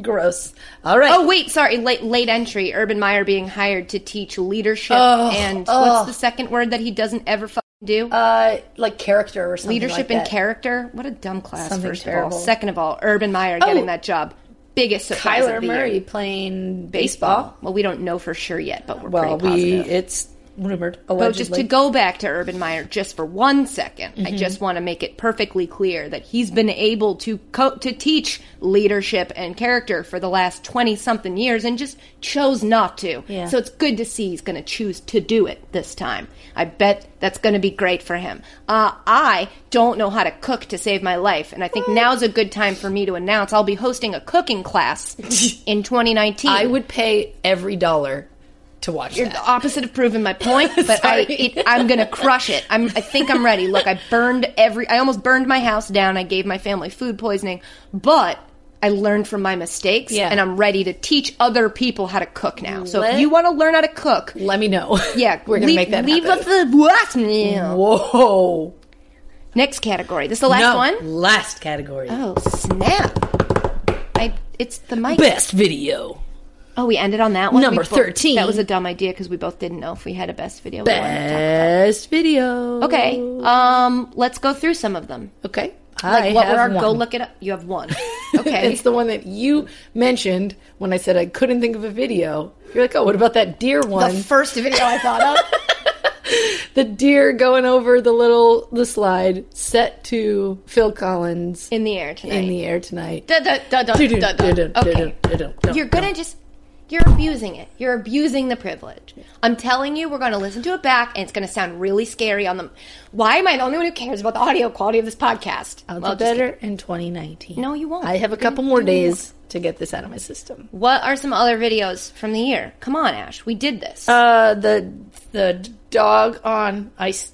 B: Gross. All right.
A: Oh wait, sorry, late late entry. Urban Meyer being hired to teach leadership
B: Oh,
A: and
B: oh.
A: what's the second word that he doesn't ever f- do?
B: Uh, like character or something.
A: leadership
B: like
A: and
B: that.
A: character. What a dumb class.
B: Something
A: first
B: terrible. Oh.
A: of all, second of all, Urban Meyer getting that job. Biggest surprise
B: Kyler
A: of the
B: Murray
A: year.
B: playing baseball.
A: Well, we don't know for sure yet, but we're
B: Well,
A: pretty
B: we
A: positive.
B: it's rumored
A: But
B: allegedly. Mm-hmm.
A: just to go back to Urban Meyer just for one second, I just want to make it perfectly clear that he's been able to co- to teach leadership and character for the last twenty something years, and just chose not to.
B: Yeah.
A: So it's good to see he's going to choose to do it this time. I bet that's going to be great for him. Uh, I don't know how to cook to save my life, and I think now's a good time for me to announce I'll be hosting a cooking
B: (laughs)
A: class in 2019.
B: I would pay every dollar to watch
A: You're
B: that.
A: the opposite of proving my
B: (laughs)
A: point, but I,
B: Sorry.
A: it, I'm gonna crush it. I'm, I think I'm ready. Look, I burned every. I almost burned my house down. I gave my family food poisoning, but I learned from my mistakes,
B: Yeah.
A: and I'm ready to teach other people how to cook now. So if
B: Let-
A: you want to learn how to cook,
B: Let me know. (laughs)
A: yeah,
B: we're gonna
A: leave,
B: make that
A: Leave
B: happen.
A: us the last meal.
B: Whoa!
A: Next category. This is the last
B: no,
A: one.
B: last category.
A: Oh snap! I. It's the mic.
B: Best video.
A: Oh, we ended on that one.
B: Number
A: We both-
B: 13.
A: That was a dumb idea because we both didn't know if we had a best video. we wanted to talk about.
B: Best video.
A: Okay. Um, let's go through some of them.
B: Okay.
A: Like
B: I
A: what
B: have
A: were our
B: one.
A: go
B: (laughs)
A: look it up? You have one. Okay.
B: it's the one that you mentioned when I said I couldn't think of a video. You're like, oh, what about that deer
A: the
B: one?
A: first video I thought
B: (laughs)
A: of.
B: the deer going over the little the slide set to Phil Collins
A: In the air tonight.
B: in the air tonight.
A: Duh, duh, duh, duh,
B: Do-do,
A: duh, duh.
B: do-do,
A: Okay.
B: do-do, do-do, do-do.
A: You're gonna just you're abusing it. You're abusing the privilege. I'm telling you, we're gonna listen to it back and it's gonna sound really scary on the why am I the only one who cares about the audio quality of this podcast?
B: I'll
A: Well,
B: do
A: just kidding.
B: better in 2019.
A: No, you won't.
B: I have a
A: You're
B: couple
A: gonna
B: more
A: do
B: days to get this out of my system.
A: What are some other videos from the year? Come on, Ash. We did this.
B: Uh, the the dog on ice,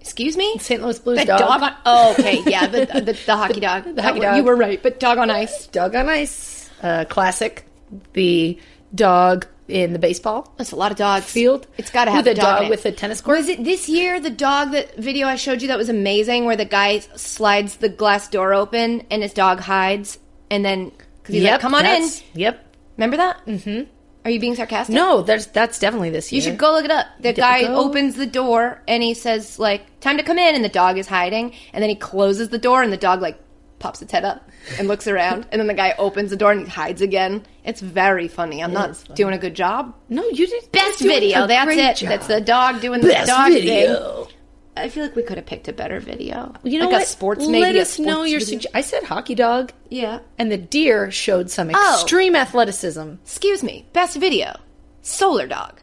A: Excuse me?
B: St. Louis Blues
A: The
B: dog.
A: dog. on Oh, okay, yeah, the the, (laughs) the hockey dog. That
B: hockey
A: one-
B: dog.
A: You were right, but dog on ice.
B: Dog on ice, uh, classic. The dog in the baseball
A: That's a lot of dogs.
B: field.
A: It's got to have
B: with
A: a dog. in it.
B: with a tennis court.
A: Was it this year the dog that video I showed you that was amazing, where the guy slides the glass door open and his dog hides, and then because he's like, "Come on in."
B: that's- Yep.
A: Remember that? Mm-hmm. Are you being sarcastic?
B: No, that's that's definitely this year.
A: You should go look it up. The guy
B: go.
A: opens the door and he says like, "Time to come in," and the dog is hiding, and then he closes the door and the dog like pops its head up and looks around, and then the guy opens the door and he hides again. It's very funny. I'm not
B: is funny.
A: doing a good job.
B: No, you did.
A: Best
B: you're doing
A: video.
B: a
A: That's
B: great
A: it.
B: job.
A: That's the dog doing
B: best
A: the dog thing.
B: video.
A: I feel like we could have picked a better video.
B: You know
A: like
B: what?
A: A sports maybe.
B: Let
A: a
B: us know
A: sports
B: your
A: video.
B: suggestion. I said hockey dog,
A: Yeah.
B: and the deer showed some
A: Oh.
B: extreme athleticism.
A: Excuse me. Best video. Solar Dog.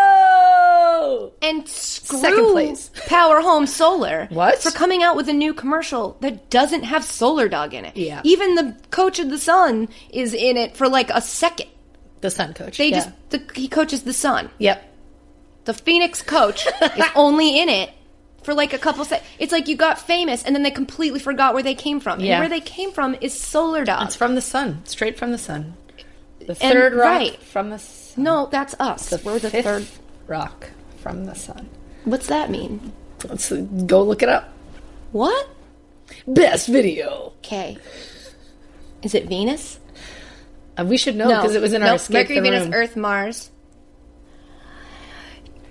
B: Oh,
A: And screw
B: Second place. (laughs)
A: Power Home Solar.
B: What?
A: For coming out with a new commercial that doesn't have Solar Dog in it.
B: Yeah.
A: Even the coach of the sun is in it for like a second.
B: the sun coach.
A: They
B: Yeah.
A: just the, he coaches the sun.
B: yep.
A: The Phoenix
B: (laughs)
A: coach is only in it for like a couple seconds. It's like you got famous and then they completely forgot where they came from.
B: Yeah.
A: And where they came from is Solar Dog.
B: It's from the sun, straight from the sun. The
A: And-
B: third rock
A: right.
B: from the sun.
A: No, that's us. We're the
B: fifth
A: third.
B: rock from the sun.
A: What's that mean?
B: Let's uh, go look it up.
A: What?
B: Best video.
A: Okay. Is it Venus?
B: Uh, we should know because it was in our
A: Nope.
B: escape
A: Mercury,
B: the
A: Venus,
B: room.
A: Earth, Mars.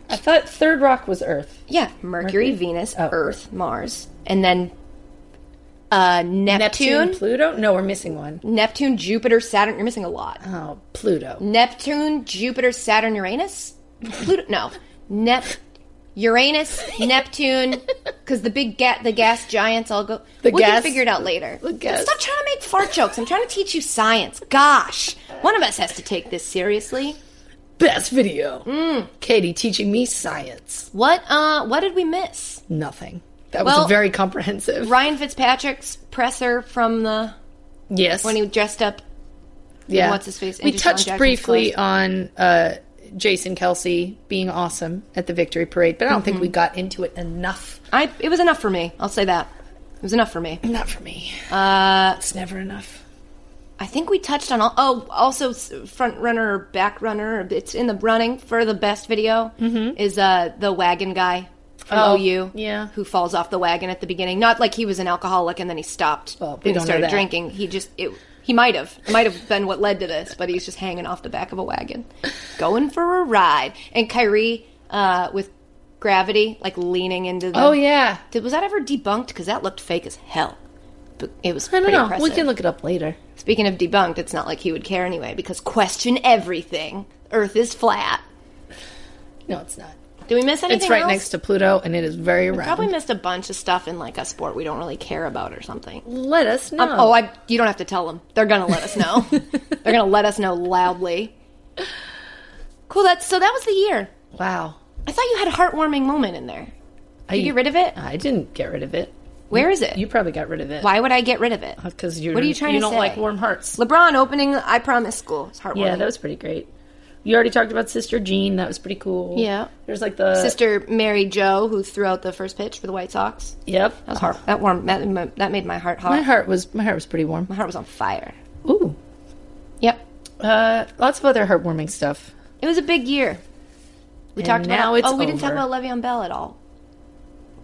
B: I thought third rock was Earth.
A: Yeah, Mercury,
B: Mercury?
A: Venus,
B: Oh.
A: Earth, Mars, and then uh, Neptune, Mm. Neptune,
B: Pluto. No, we're missing one.
A: Jupiter, Saturn. You're missing a lot.
B: Oh, Pluto.
A: Neptune, Jupiter, Saturn, Uranus, Pluto. No, Nep,
B: (laughs)
A: Uranus, Neptune, because the big ga- the gas giants all go.
B: The
A: we can
B: gas-
A: figure it out later.
B: the gas-
A: Stop trying to make fart jokes. I'm trying to teach you science. Gosh, one of us has to take this seriously.
B: Best video.
A: Mm.
B: Katie teaching me science.
A: What uh what did we miss?
B: Nothing. That
A: Well,
B: was very comprehensive.
A: Ryan Fitzpatrick's presser from the
B: Yes.
A: when he dressed up.
B: yeah.
A: what's his face
B: We
A: into Sean
B: touched
A: Jackson's
B: briefly
A: clothes.
B: on uh, Jason Kelsey being awesome at the victory parade, but I don't think
A: Mm-hmm.
B: we got into it enough.
A: I it was enough for me. I'll say that. It was enough for me.
B: Not for me.
A: Uh
B: It's never enough.
A: I think we touched on all oh also s- front runner or back runner it's in the running for the best video is uh the wagon guy. from
B: Mm-hmm. Oh,
A: OU,
B: yeah.
A: who falls off the wagon at the beginning? Not like he was an alcoholic and then he stopped
B: Well, we
A: and
B: don't know
A: started
B: that.
A: drinking. He just it, he might have It might have been what led to this, but he's just hanging off the back of a wagon,
B: (laughs)
A: going for a ride. And Kyrie uh, with gravity, like leaning into the
B: Oh yeah.
A: Did, was that ever debunked? Because that looked fake as hell. But it was
B: I don't
A: pretty
B: know.
A: impressive.
B: We can look it up later.
A: Speaking of debunked, it's not like he would care anyway because question everything. Earth is flat.
B: No, it's not.
A: Did we miss anything?
B: It's right
A: else?
B: next to Pluto, and it is very round.
A: Probably missed a bunch of stuff in like a sport we don't really care about or something.
B: Let us know.
A: Um, oh, I, you don't have to tell them. They're gonna let us
B: (laughs)
A: know. They're gonna let us know loudly. Cool. That's so. That was the year.
B: wow.
A: I thought you had a heartwarming moment in there.
B: I,
A: Did you get rid of it?
B: I didn't get rid of it.
A: Where is it?
B: You Uh, probably got rid of it.
A: Why would I get rid of it?
B: Because you.
A: What are you trying
B: You
A: to
B: don't
A: say?
B: like warm hearts.
A: LeBron opening I Promise School. It's heartwarming.
B: Yeah, that was pretty great. You already talked about Sister Jean. That was pretty cool.
A: Yeah.
B: There's like the
A: Sister Mary Joe, who threw out the first pitch for the White Sox.
B: Yep.
A: That was heart. That warmed. That, my- that made my heart hot.
B: Oh. My heart was my heart was pretty warm.
A: My heart was on fire.
B: Ooh.
A: Yep.
B: Uh, lots of other heartwarming stuff.
A: It was a big year. We
B: And
A: talked
B: now
A: about.
B: it's
A: oh, we didn't talk
B: over.
A: about Le'Veon Bell at all.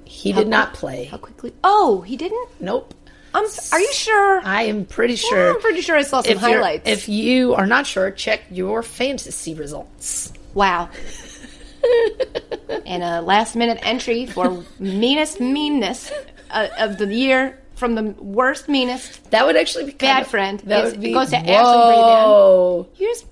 B: He did not play.
A: How quickly? Oh, he didn't.
B: Nope.
A: I'm. Are you sure?
B: I am pretty
A: Yeah,
B: sure.
A: I'm pretty sure I saw some
B: if you're-
A: highlights.
B: If you are not sure, check your fantasy results.
A: wow. (laughs) and uh, a last minute entry for meanest meanness uh, of the year from the worst meanest.
B: That would actually be kind
A: Bad
B: of-
A: friend.
B: That
A: It's-
B: would
A: it
B: be
A: goes to Ashley
B: whoa.
A: You just.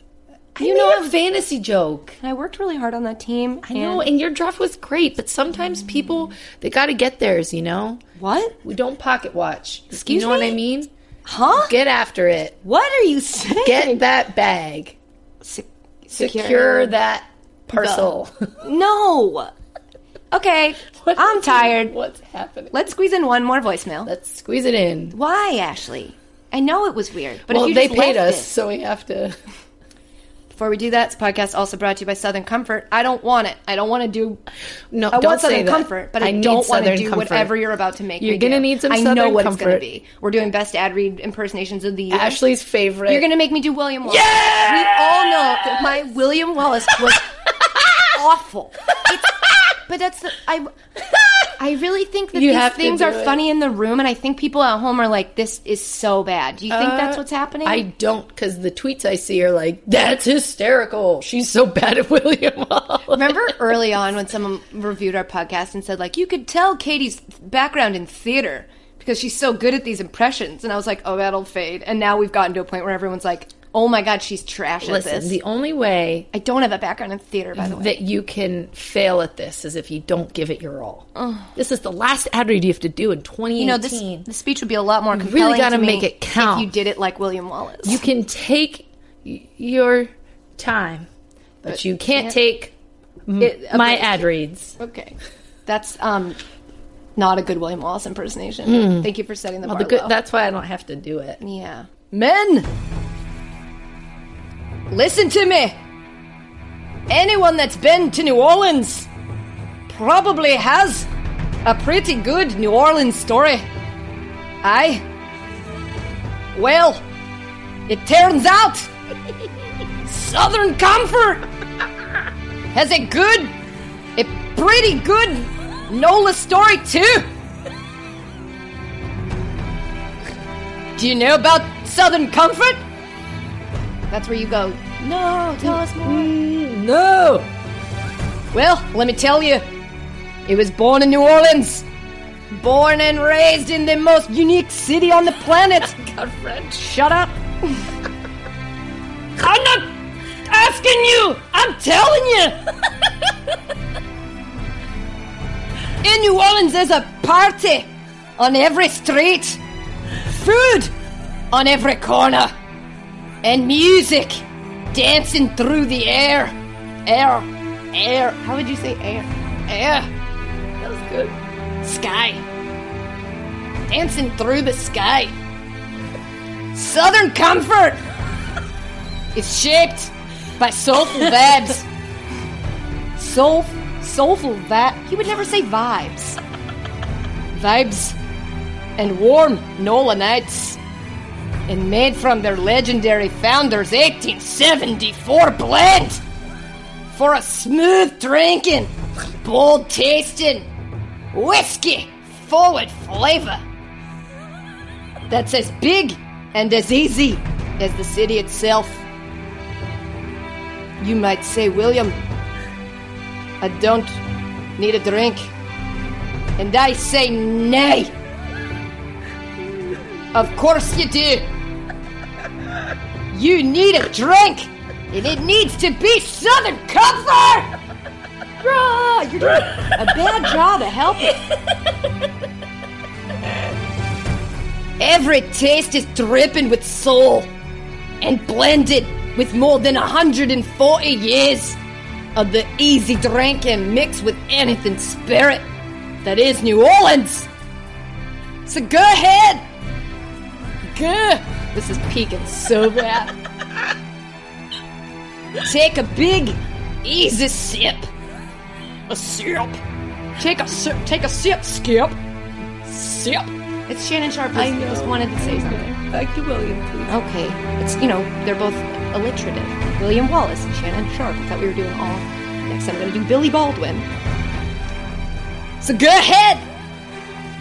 B: You
A: I
B: know,
A: made
B: a
A: a
B: fantasy joke.
A: And I worked really hard on that team.
B: I know, and your draft was great, but sometimes people they got to get theirs. You know,
A: what?
B: we don't pocket watch.
A: Excuse
B: you know what
A: me?
B: I mean?
A: Huh?
B: Get after it.
A: what are you saying? (laughs)
B: Get that bag.
A: Se-
B: Secure, that
A: (laughs)
B: parcel.
A: No. Okay.
B: What
A: I'm
B: is-
A: tired.
B: What's happening?
A: Let's squeeze in one more voicemail.
B: Let's squeeze it in.
A: Why, Ashley? I know it was weird, but
B: well,
A: if you
B: they
A: just
B: paid
A: left
B: us,
A: it-
B: so we have to.
A: Before we do that, this podcast also brought to you by Southern Comfort. I don't want it. I don't want to do.
B: (laughs) No,
A: I
B: don't
A: want
B: say
A: Southern
B: that.
A: Comfort, but I,
B: need
A: don't want to
B: Southern
A: do
B: Comfort.
A: whatever you're about to make.
B: You're
A: me
B: gonna
A: do.
B: need some
A: I know
B: Southern
A: what it's
B: Comfort.
A: going to be. We're doing best ad read impersonations of the year.
B: Ashley's favorite.
A: You're gonna (laughs) make me do William Wallace. We all know that my William Wallace (laughs) was awful. It's, but that's the, I. I really think that
B: You
A: these
B: have to
A: things
B: do
A: are
B: it.
A: funny in the room, and I think people at home are like, "This is so bad." Do you think that's what's happening?
B: (laughs) Uh, I don't, because the tweets I see are like, "That's hysterical." She's so bad at (laughs) William Wallace.
A: (laughs) Remember early on when someone reviewed our podcast and said like, "You could tell Katie's background in theater because she's so good at these impressions," and I was like, "Oh, that'll fade." And now we've gotten to a point where everyone's like, "Oh my god, she's trash at
B: (laughs) Listen,
A: this."
B: the only way
A: I don't have a background in theater, by the way.
B: that you can fail at this is if you don't give it your all. This is the last ad read you have to do in 2018.
A: you know, this the speech would be a lot more compelling.
B: gotta
A: to me
B: make it count.
A: If you did it like William Wallace,
B: you can take y- your time, but, you can't
A: can't-
B: take m-
A: It- a
B: my
A: break.
B: ad reads.
A: okay? That's um, not a good William Wallace impersonation. Thank you for setting the
B: Hmm. Well,
A: bar
B: the good,
A: low.
B: that's why I don't have to do it.
A: Yeah. Men! Listen to me! Anyone that's been to New Orleans probably has a pretty good New Orleans story. Aye? Well, it turns out Southern Comfort has a good, a pretty good NOLA story too. Do you know about Southern Comfort? That's where you go. Mm, No, tell us more.
B: No,
A: Well, let me tell you. He was born in New Orleans. Born and raised in the most unique city on the planet.
B: God, French.
A: Shut up. (laughs) I'm not asking you. I'm telling you. (laughs) In New Orleans, there's a party on every street, food on every corner, and music dancing through the air. Air. Air. How would you say air? Air. That was good. Sky. Dancing through the sky. Southern Comfort is shaped by soulful vibes. Soul, soulful vibes. He would never say vibes. Vibes and warm Nola nights. And made from their legendary founder's 1874 blend for a smooth drinking, bold tasting, whiskey forward flavor that's as big and as easy as the city itself. You might say, William, I don't need a drink. And I say, nay. Of course you do. You need a drink, and it needs to be Southern Comfort!
E: Bruh, you're doing a bad job at helping.
A: Every taste is dripping with soul and blended with more than 140 years of the easy drink and mixed with anything spirit that is New Orleans. So go ahead. Go. This is peaking so bad. Take a big, easy sip. A sip. Take a sip. Take a sip, Skip. Sip. It's Shannon Sharp. I just wanted to say something.
B: Back to William, please.
A: Okay. It's, you know, they're both alliterative. William Wallace and Shannon Sharp. I thought we were doing all. Next, I'm going to do Billy Baldwin. So go ahead!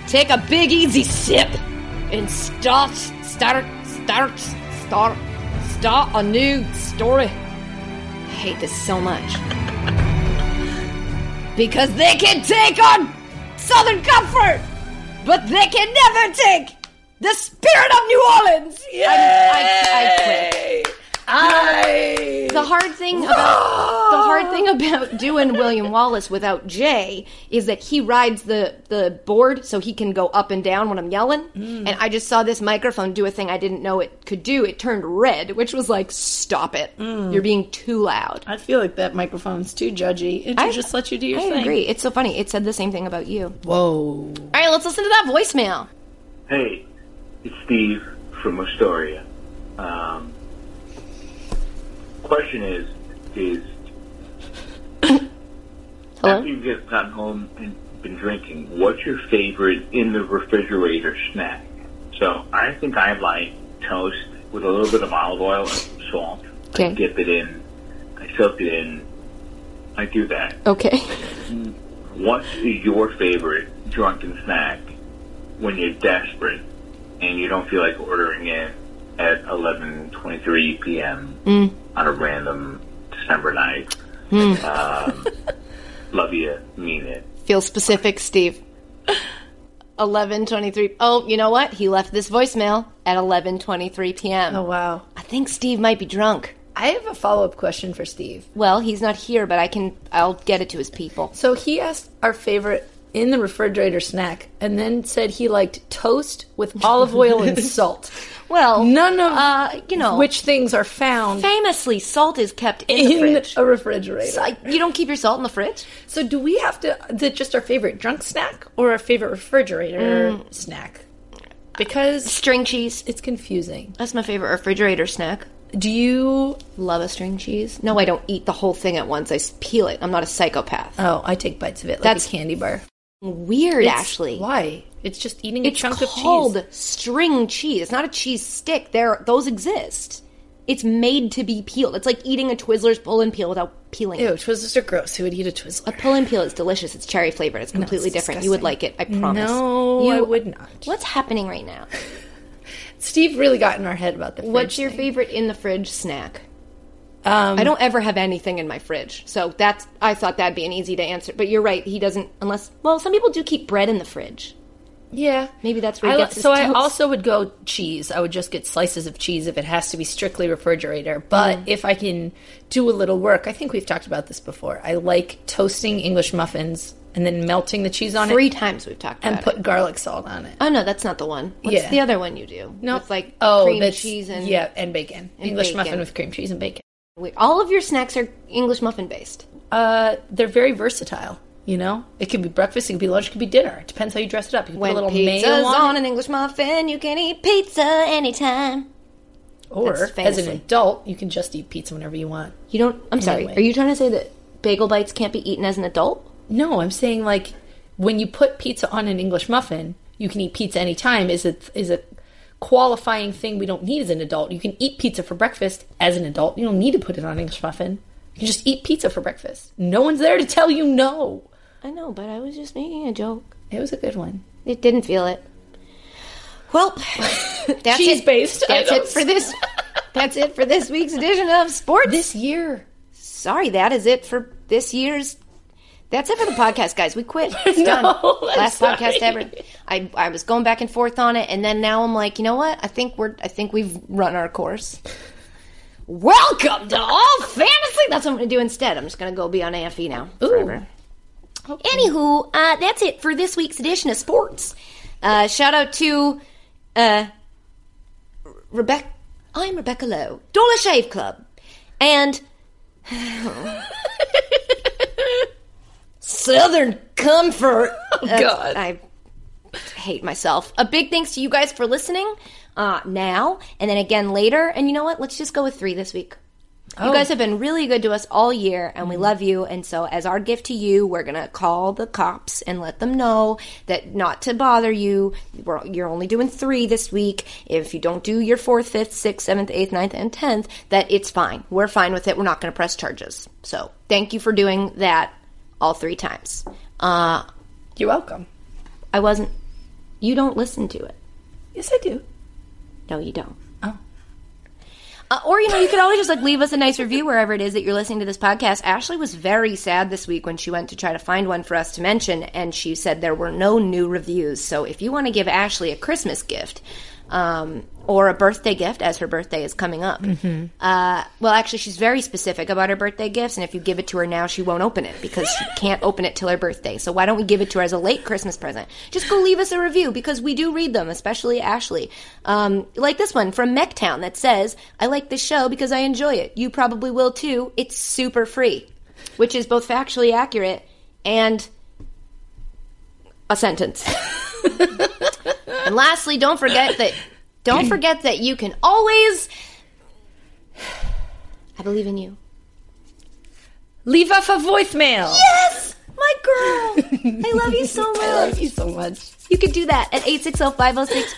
A: Take a big, easy sip and start, start, start, start, start a new story. I hate this so much. because they can take on Southern Comfort, but they can never take the spirit of New Orleans! I, I quit.
B: I.
A: The hard thing about the hard thing about doing William Wallace without Jay is that he rides the the board so he can go up and down when I'm yelling.
B: Mm.
A: And I just saw this microphone do a thing I didn't know it could do. It turned red, which was like, stop it!
B: Mm.
A: You're being too loud.
B: I feel like that microphone's too judgy. It should
A: I-
B: just let you do your
A: I
B: thing.
A: agree. It's so funny. It said the same thing about you.
B: Whoa.
A: All right, let's listen to that voicemail.
F: Hey, it's Steve from Astoria. Um, question is, is
A: Hello?
F: after you've just gotten home and been drinking, what's your favorite in the refrigerator snack? So I think I like toast with a little bit of olive oil and salt. I
A: Okay.
F: dip it in. I soak it in. I do that.
A: Okay.
F: What is your favorite drunken snack when you're desperate and you don't feel like ordering it at 11:23 p.m. on a random December night? Um, love you, mean it.
A: Feel specific, Steve. Eleven twenty-three. Oh, you know what? He left this voicemail at eleven twenty-three p.m.
B: Oh, wow.
A: I think Steve might be drunk.
B: I have a follow up question for Steve.
A: Well, he's not here, but I can. I'll get it to his people.
B: So he asked our favorite in the refrigerator snack and then said he liked toast (laughs) with olive oil and salt.
A: Well,
B: None of
A: uh, you know,
B: which things are found
A: famously salt is kept in, the
B: in
A: fridge.
B: a refrigerator.
A: I, you don't keep your salt in the fridge.
B: So do we have to the, just our favorite drunk snack or our favorite refrigerator
A: Mm.
B: snack? Because
A: String cheese.
B: it's confusing.
A: That's my favorite refrigerator snack.
B: Do you?
A: Love a string cheese. No, I don't eat the whole thing at once. I s- peel it. I'm not a psychopath.
B: Oh, I take bites of it like
A: That's-
B: a candy bar.
A: Weird, Ashley.
B: why? It's just eating
A: It's
B: a chunk
A: called
B: of cheese.
A: string cheese. It's not a cheese stick. There, those exist. It's made to be peeled. It's like eating a Twizzlers pull and peel without peeling. it.
B: Ew, Twizzlers are gross. Who would eat a Twizzler?
A: A pull and peel is delicious. It's cherry flavored. It's completely
B: it's
A: different. You would like it, I promise.
B: No,
A: you
B: I would not.
A: What's happening right
B: (laughs)
A: now?
B: Steve really got in our head about the. Fridge
A: What's your
B: thing.
A: favorite in the fridge snack?
B: Um,
A: I don't ever have anything in my fridge, so that's. I thought that'd be an easy to answer, but you're right. He doesn't, unless. Well, some people do keep bread in the fridge.
B: Yeah,
A: Maybe that's where he
B: I li-
A: gets his
B: so. I
A: toast.
B: also would go cheese. I would just get slices of cheese if it has to be strictly refrigerator.
A: Mm.
B: But if I can do a little work, I think we've talked about this before. I like toasting English muffins and then melting the cheese on
A: Three
B: it
A: times we've talked about
B: and put
A: it.
B: garlic salt on it.
A: Oh no, that's not the one. What's
B: Yeah.
A: the other one you do? it's like cream
B: Oh, that's-
A: cheese and
B: yeah, and bacon. English
A: bacon.
B: muffin with cream cheese and bacon.
A: Wait, all of your snacks are English muffin based.
B: Uh, they're very versatile. You know, it could be breakfast, it could be lunch, it could be dinner. It depends how you dress it up. You can put
A: When
B: a little
A: pizza's
B: mayo
A: on
B: on, it,
A: an English muffin, you can eat pizza anytime.
B: or
A: That's
B: as an
A: fantasy.
B: adult, you can just eat pizza whenever you want.
A: You don't. I'm sorry.
B: Anyway.
A: Are you trying to say that bagel bites can't be eaten as an adult?
B: No, I'm saying like when you put pizza on an English muffin, you can eat pizza anytime. Is it is a qualifying thing we don't need as an adult? You can eat pizza for breakfast as an adult. You don't need to put it on an English muffin. You can just eat pizza for breakfast. No one's there to tell you no.
A: I know, but I was just making a joke.
B: It was a good one.
A: It didn't feel it. (laughs) Well, that's
B: Cheese
A: it.
B: based.
A: That's it for this. That's it for this week's edition of sports.
B: (laughs) this year.
A: Sorry, that is it for this year's. That's it for the podcast, guys. We
B: (laughs)
A: quit. It's done.
B: No, I'm
A: Last
B: sorry.
A: podcast ever. I I was going back and forth on it, and then now I'm like, you know what? I think we're. I think we've run our course. Welcome to all fantasy. That's what I'm going to do instead. I'm just going to go be on AFE now. Forever. Anywho, uh, that's it for this week's edition of sports. Uh, shout out to uh, Rebecca. I'm Rebecca Lowe, Dollar Shave Club, and Southern Comfort.
B: God.
A: I hate myself. A big thanks to you guys for listening uh, now, and then again later. And you know what? Let's just go with three this week. You guys have been really good to us all year, and we love you. And so, as our gift to you, we're gonna call the cops and let them know that not to bother you. We're, you're only doing three this week. If you don't do your fourth, fifth, sixth, seventh, eighth, ninth, and tenth, that it's fine. We're fine with it. We're not gonna press charges. So, thank you for doing that all three times. Uh,
B: You're welcome.
A: I wasn't. You don't listen to it.
B: Yes, I do.
A: No, you don't.
B: Oh.
A: Uh, or you know, you could always just like leave us a nice review wherever it is that you're listening to this podcast. Ashley was very sad this week when she went to try to find one for us to mention, and she said there were no new reviews. So if you want to give Ashley a Christmas gift. Um, or a birthday gift as her birthday is coming up. Uh, well, actually, she's very specific about her birthday gifts, and if you give it to her now, she won't open it because she can't open it till her birthday. So why don't we give it to her as a late Christmas present? Just go leave us a review because we do read them, especially Ashley. Um, like this one from Mechtown that says, "I like this show because I enjoy it. You probably will too. It's super free," which is both factually accurate and a sentence. and lastly, don't forget that don't forget that you can always. I believe in you.
B: Leave off a voicemail.
A: Yes, my girl. I love you so
B: I
A: much.
B: love you so much.
A: You can do that at oh,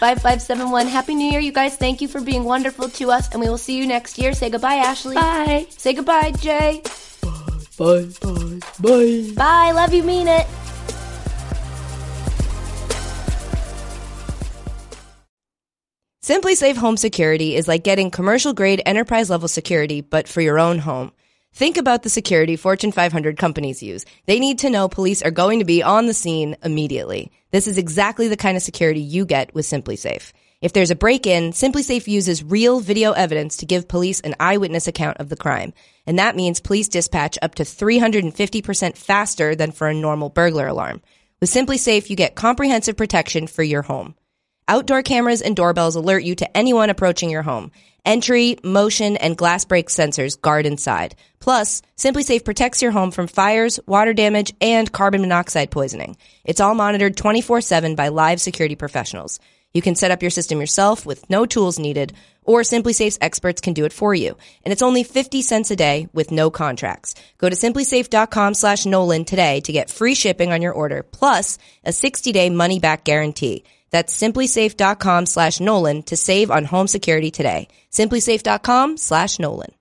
A: 860-506-5571. Happy New Year, you guys. Thank you for being wonderful to us, and we will see you next year. Say goodbye, Ashley.
B: Bye.
A: Say goodbye, Jay.
B: Bye. Bye. Bye.
A: Bye. Love you, mean it.
G: Simply Safe Home Security is like getting commercial grade enterprise level security, but for your own home. Think about the security Fortune 500 companies use. They need to know police are going to be on the scene immediately. This is exactly the kind of security you get with Simply Safe. If there's a break in, Simply Safe uses real video evidence to give police an eyewitness account of the crime. And that means police dispatch up to 350% faster than for a normal burglar alarm. With Simply Safe, you get comprehensive protection for your home. Outdoor cameras and doorbells alert you to anyone approaching your home. Entry, motion, and glass break sensors guard inside. Plus, SimpliSafe protects your home from fires, water damage, and carbon monoxide poisoning. It's all monitored 24-7 by live security professionals. You can set up your system yourself with no tools needed, or SimpliSafe's experts can do it for you. And it's only 50 cents a day with no contracts. Go to simplysafe.com slash Nolan today to get free shipping on your order, plus a 60-day money-back guarantee. That's simplysafe.com slash Nolan to save on home security today. Simplysafe.com slash Nolan.